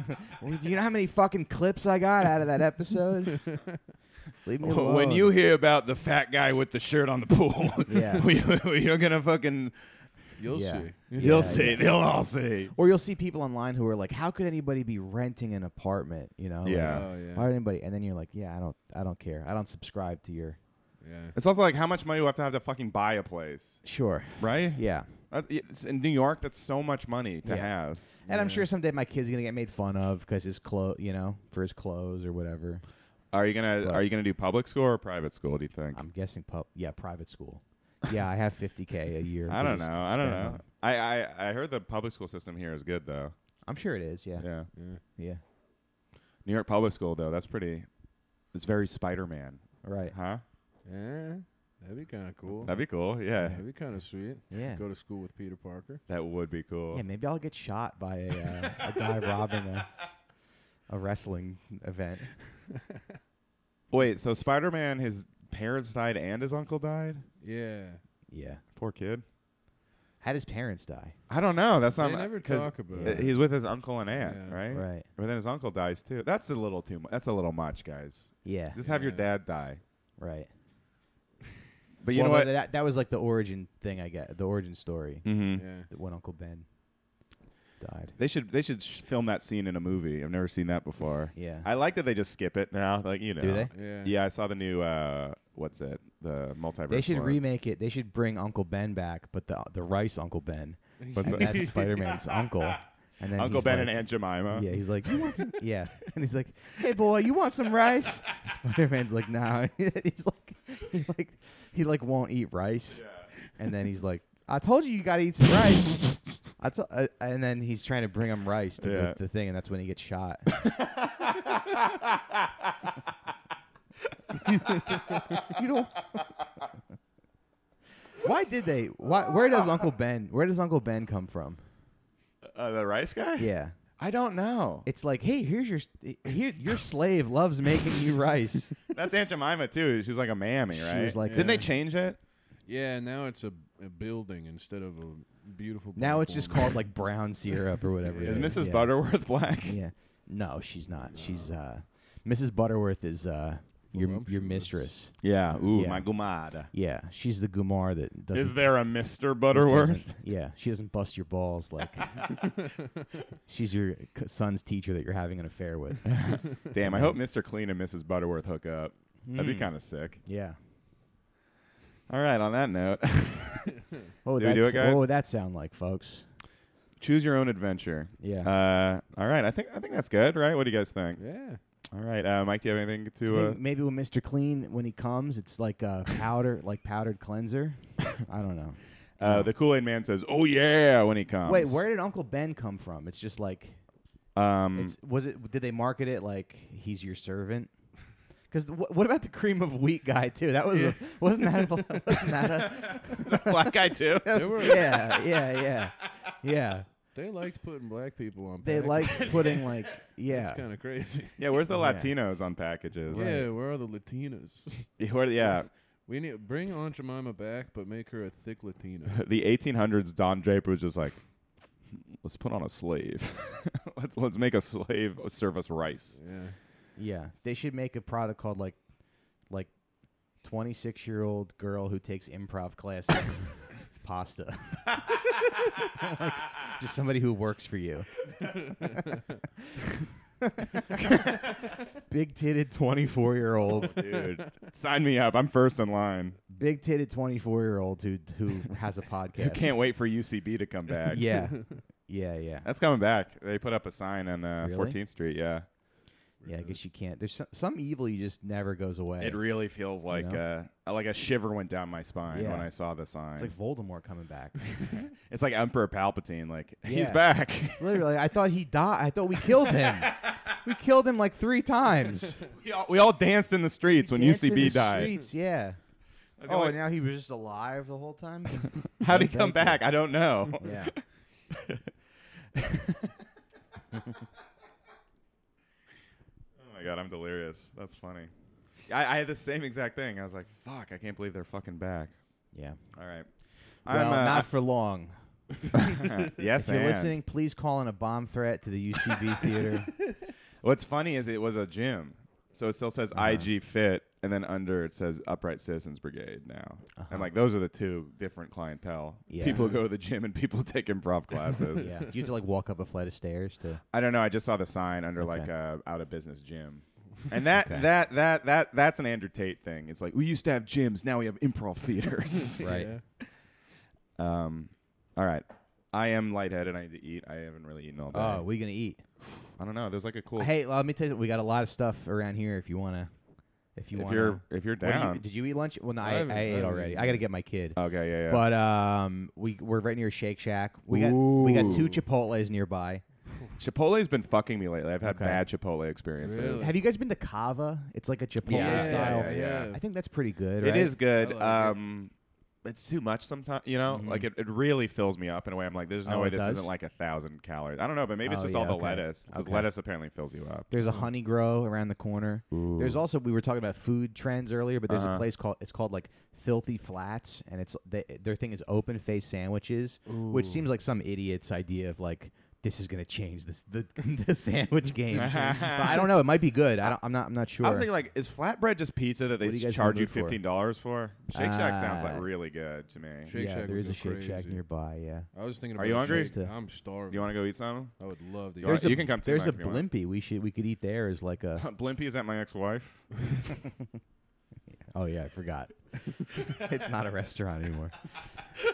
Well, Do you know how many fucking clips I got out of that episode? Leave me alone. hear about the fat guy with the shirt on the pool, Yeah. you're gonna fucking You'll Yeah. see. Yeah, You'll yeah. see. They'll all see. Or you'll see people online who are like, "How could anybody be renting an apartment?" You know? like, Yeah. Oh yeah. Why would anybody? And then you're like, "Yeah, I don't. I don't care. I don't subscribe to your Yeah. It's also like how much money do I have to have to fucking buy a place, Sure. right? Yeah. That- it's- in New York, that's so much money to Yeah. have. And I'm sure someday my kid's gonna get made fun of because his clo you know, for his clothes or whatever. Are you gonna But- Are you gonna do public school or private school? Do you think? I'm guessing, pub- yeah, private school. Yeah, I have 50k a year. I to don't know. just I don't spend know. on- I, I I heard the public school system here is good though. I'm sure it is. Yeah, yeah. Yeah, Yeah. New York public school though. That's pretty. It's very Spider Man, Right. huh? Yeah. That'd be kind of cool. That'd be cool. Yeah, That'd be kind of sweet. Yeah. Go to school with Peter Parker. that would be cool. Yeah, maybe I'll get shot by a, uh, a guy robbing a, a wrestling event. Wait, so Spider Man, his parents died and his uncle died. Yeah. Yeah. Poor kid. How does parents die? I don't know. That's not They never 'cause talk about uh, it. He's with his uncle and aunt, Yeah. right? Right. But then his uncle dies too. That's a little too much. That's a little much, guys. Yeah. Just have your Yeah. dad die. Right. But you Well, know what? That, that was like the origin thing I get, the origin story. mm-hmm. Yeah. That when Uncle Ben died. They should they should sh- film that scene in a movie. I've never seen that before. Yeah. I like that they just skip it now. Like you know, Do they? Yeah. Yeah, I saw the new uh, what's it? The multiverse. They should one. remake it. They should bring Uncle Ben back, but the the rice Uncle Ben. What's And that? that's Spider Man's uncle. And then Uncle he's Ben like- and Aunt Jemima. Yeah, he's like, you want some? yeah, and he's like, hey boy, you want some rice? Spider Man's like, nah. he's like, he like, he like won't eat rice. And then he's like, I told you you gotta eat some rice. I to- uh, and then he's trying to bring him rice to Yeah. the, the thing, and that's when he gets shot. you know. Why did they? Why, where does Uncle Ben? Where does Uncle Ben come from? Uh, the rice guy. Yeah, I don't know. it's like, hey, here's your here your slave loves making you rice. That's Aunt Jemima too. She was like a mammy, She right? was like- Didn't they Yeah. change it? Yeah, now it's a, a building instead of a beautiful. now black it's just woman. called like brown syrup or whatever. it Is Mrs. Yeah. Butterworth black? Yeah, no, she's not. She's uh, Mrs. Butterworth is uh, your your Voluptuous. mistress. Yeah. Ooh, Yeah. my gumada. Yeah, she's the Gumar that doesn't. Is there a Mr. doesn't- Butterworth? Yeah, she doesn't bust your balls like. she's your c- son's teacher that you're having an affair with. Damn, I hope Mr. Clean and Mrs. Butterworth hook up. That'd be kind of sick. Hmm. Yeah. All right, on that note, Oh, Do we do it, guys? What would that sound like, folks? choose your own adventure. Yeah. Uh, all right, I think I think that's good, right? What do you guys think? Yeah. All right, uh, Mike, do you have anything I to? Uh, think maybe with Mr. Clean, when he comes, it's like a powder, like powdered cleanser. I don't know. uh, the Kool Aid Man says, "Oh yeah," when he comes. Wait, where did Uncle Ben come from? It's just like, Um, it's was it? Did they market it like he's your servant? Because what about the cream of wheat guy too? That was a, wasn't that a, wasn't that a black guy too. They, were, yeah yeah yeah yeah. they liked putting black people on. They package. like putting like yeah. It's kind of crazy. yeah, where's the Yeah. Latinos on packages? Yeah, where are the Latinas? Yeah, where- yeah. We need bring Aunt Jemima back, but make her a thick Latina. the 1800s. Don Draper was just like, let's put on a slave. let's let's make a slave serve us rice. yeah. Yeah, they should make a product called like, like, twenty six year old girl who takes improv classes, pasta. Like, just somebody who works for you. big titted twenty four year old, Dude, sign me up. I'm first in line. big titted twenty four year old who who has a podcast. Who can't wait for UCB to come back? Yeah, yeah, yeah, That's coming back. They put up a sign on uh, Really? 14th Street. Yeah. yeah. I guess you can't. There's some, some evil you just never goes away. It really feels like uh, like a shiver went down my spine Yeah. when I saw the sign. it's like Voldemort coming back. Emperor Palpatine. Like he's Yeah. back. Literally, I thought he died. I thought we killed him. we killed him like three times. we, all, we all danced in the streets when Danced in UCB the died. Streets, yeah. I was Oh, like, and now he was just alive the whole time. How'd he come Oh, thank you. back? I don't know. yeah. Oh my god, I'm delirious. That's funny. I, I had the same exact thing. I was like, "Fuck, I can't believe they're fucking back." Yeah. All right. Well, uh, not for long. yes, If you're and. listening, please call in a bomb threat to the UCB theater. What's funny is it was a gym, so it still Uh-huh. says IG Fit, and then under it says Upright Citizens Brigade now. And like those are the two different clientele. Uh-huh. Yeah. People who go to the gym and people who take improv classes. Yeah. Do you have to like walk up a flight of stairs to? I don't know. I just saw the sign under like Okay. uh, out of business gym. And that that that that that's an Andrew Tate thing. It's like we used to have gyms, now we have improv theaters. Right. Um, all right. I am lightheaded. I need to eat. I haven't really eaten all day. Oh, what are you gonna eat? I don't know. There's like a cool. Hey, let me tell you, something. we got a lot of stuff around here. If you wanna, if you if wanna, you're if you're What do you- down. did you eat lunch? Well, no, I I, I, haven't- I ate haven't already. I eaten got to yet. get my kid. okay. Yeah. Yeah. But um, we we're right near Shake Shack. We got we got two Ooh. Chipotle's nearby. Chipotle's been fucking me lately. I've had Okay. bad Chipotle experiences. Really? Have you guys been to Cava? It's like a Chipotle Yeah, style. yeah, yeah. I think that's pretty good. It right? is good. I like it. um, it's too much sometimes. You know, Mhm. like it, it really fills me up in a way. I'm like, there's no Oh, way it this does? isn't like a thousand calories. I don't know, but maybe it's Oh, just yeah, all the okay. lettuce because Okay. lettuce apparently fills you up. There's a Honey Grow around the corner. There's also we were talking about food trends earlier, but there's a Uh-huh. place called it's called like Filthy Flats, and it's they, their thing is open face sandwiches, which seems like some idiot's idea of like this is gonna change this the, the sandwich game. but I don't know. It might be good. I don't, I'm not. I'm not sure. I was thinking, like, is flatbread just pizza that they What do you guys charge in the you mood for? fifteen dollars for? Shake Shack sounds like Ah. really good to me. Shake yeah, Shack there would is a go Shake Shack crazy. nearby. Yeah. I was thinking about Are you a hungry? shake. I'm starving. Do you want to go eat some? I would love to. You There's eat. a- can come to There's mine a if you want. Blimpie. We should we could eat there as like a. Blimpie is that my ex-wife? Oh yeah, I forgot. it's not a restaurant anymore.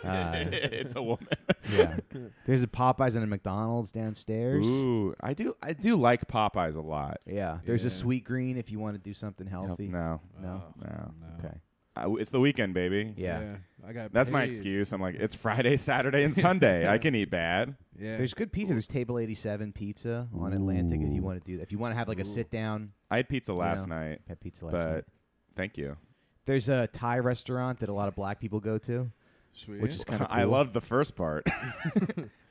Uh, it's a woman. yeah. There's a Popeyes and a McDonald's downstairs. Ooh, I do. I do like Popeyes a lot. Yeah. There's a Yeah. sweet green if you want to do something healthy. No, No? Oh, no. no. Okay. I w it's the weekend, baby. Yeah. I got. That's my paid. excuse. I'm like, it's Friday, Saturday, and Sunday. I can eat bad. Yeah. There's good pizza. There's Table 87 pizza on Atlantic if you want to do that. If you want to have like a sit down, I had pizza last know, night, have pizza last but night. thank you. There's a Thai restaurant that a lot of black people go to, Sweet. which is kind of I loved the first part.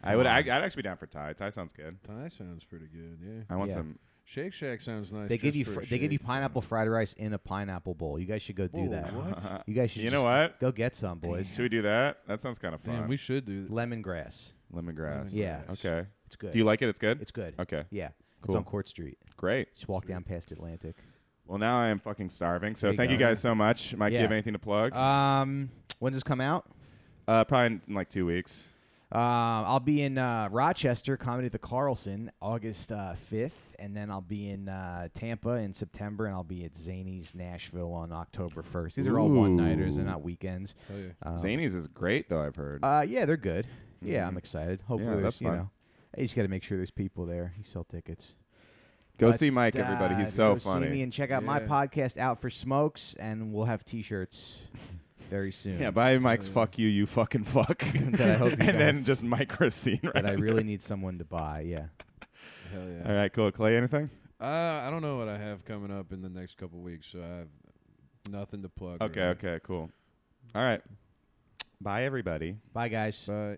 I would. I, I'd actually be down for Thai. Thai sounds good. Thai Oh, sounds pretty good. Yeah. I want Yeah. some. Shake Shack sounds nice. They give just you for a fr- they give you shake. pineapple fried rice in a pineapple bowl. You guys should go do Whoa, that. What? You guys should You know just what? go get some, boys. Should we do that? That sounds kind of fun. Damn, we should do. That. Lemongrass. Lemongrass. Yeah. Okay. It's good. Do you like it? It's good. It's good. Okay. Yeah. It's Cool. on Court Street. Great. Just walk down past Atlantic. Well, now I am fucking starving. So There you thank go. you guys so much. Mike, do Yeah. you have anything to plug? Uh, Um, when's this come out? probably in, in like two weeks. Uh, I'll be in uh, Rochester, Comedy at the Carlson, August uh, 5th, and then I'll be in uh, Tampa in September, and I'll be at Zany's Nashville on October 1st. These are all one nighters, they're not weekends. Hell yeah. Um, Zany's is great though. I've heard. Uh, yeah, they're good. Yeah, I'm excited. Hopefully, Mm-hmm. Yeah, there's, that's you fun. know, I just got to make sure there's people there. You sell tickets. go But, see Mike, everybody. uh, He's so go funny. See me and check out my Yeah. podcast, Out for Smokes, and we'll have T-shirts very soon. yeah, buy Mike's "fuck you, you fucking fuck," and That I hope you then guys- just micro scene. Right. that I really need someone to buy. Yeah. Hell yeah. All right, cool. Clay, anything? Uh, I don't know what I have coming up in the next couple weeks, so I have nothing to plug. Okay, really. okay, cool. All right. Bye, everybody. Bye, guys. Bye.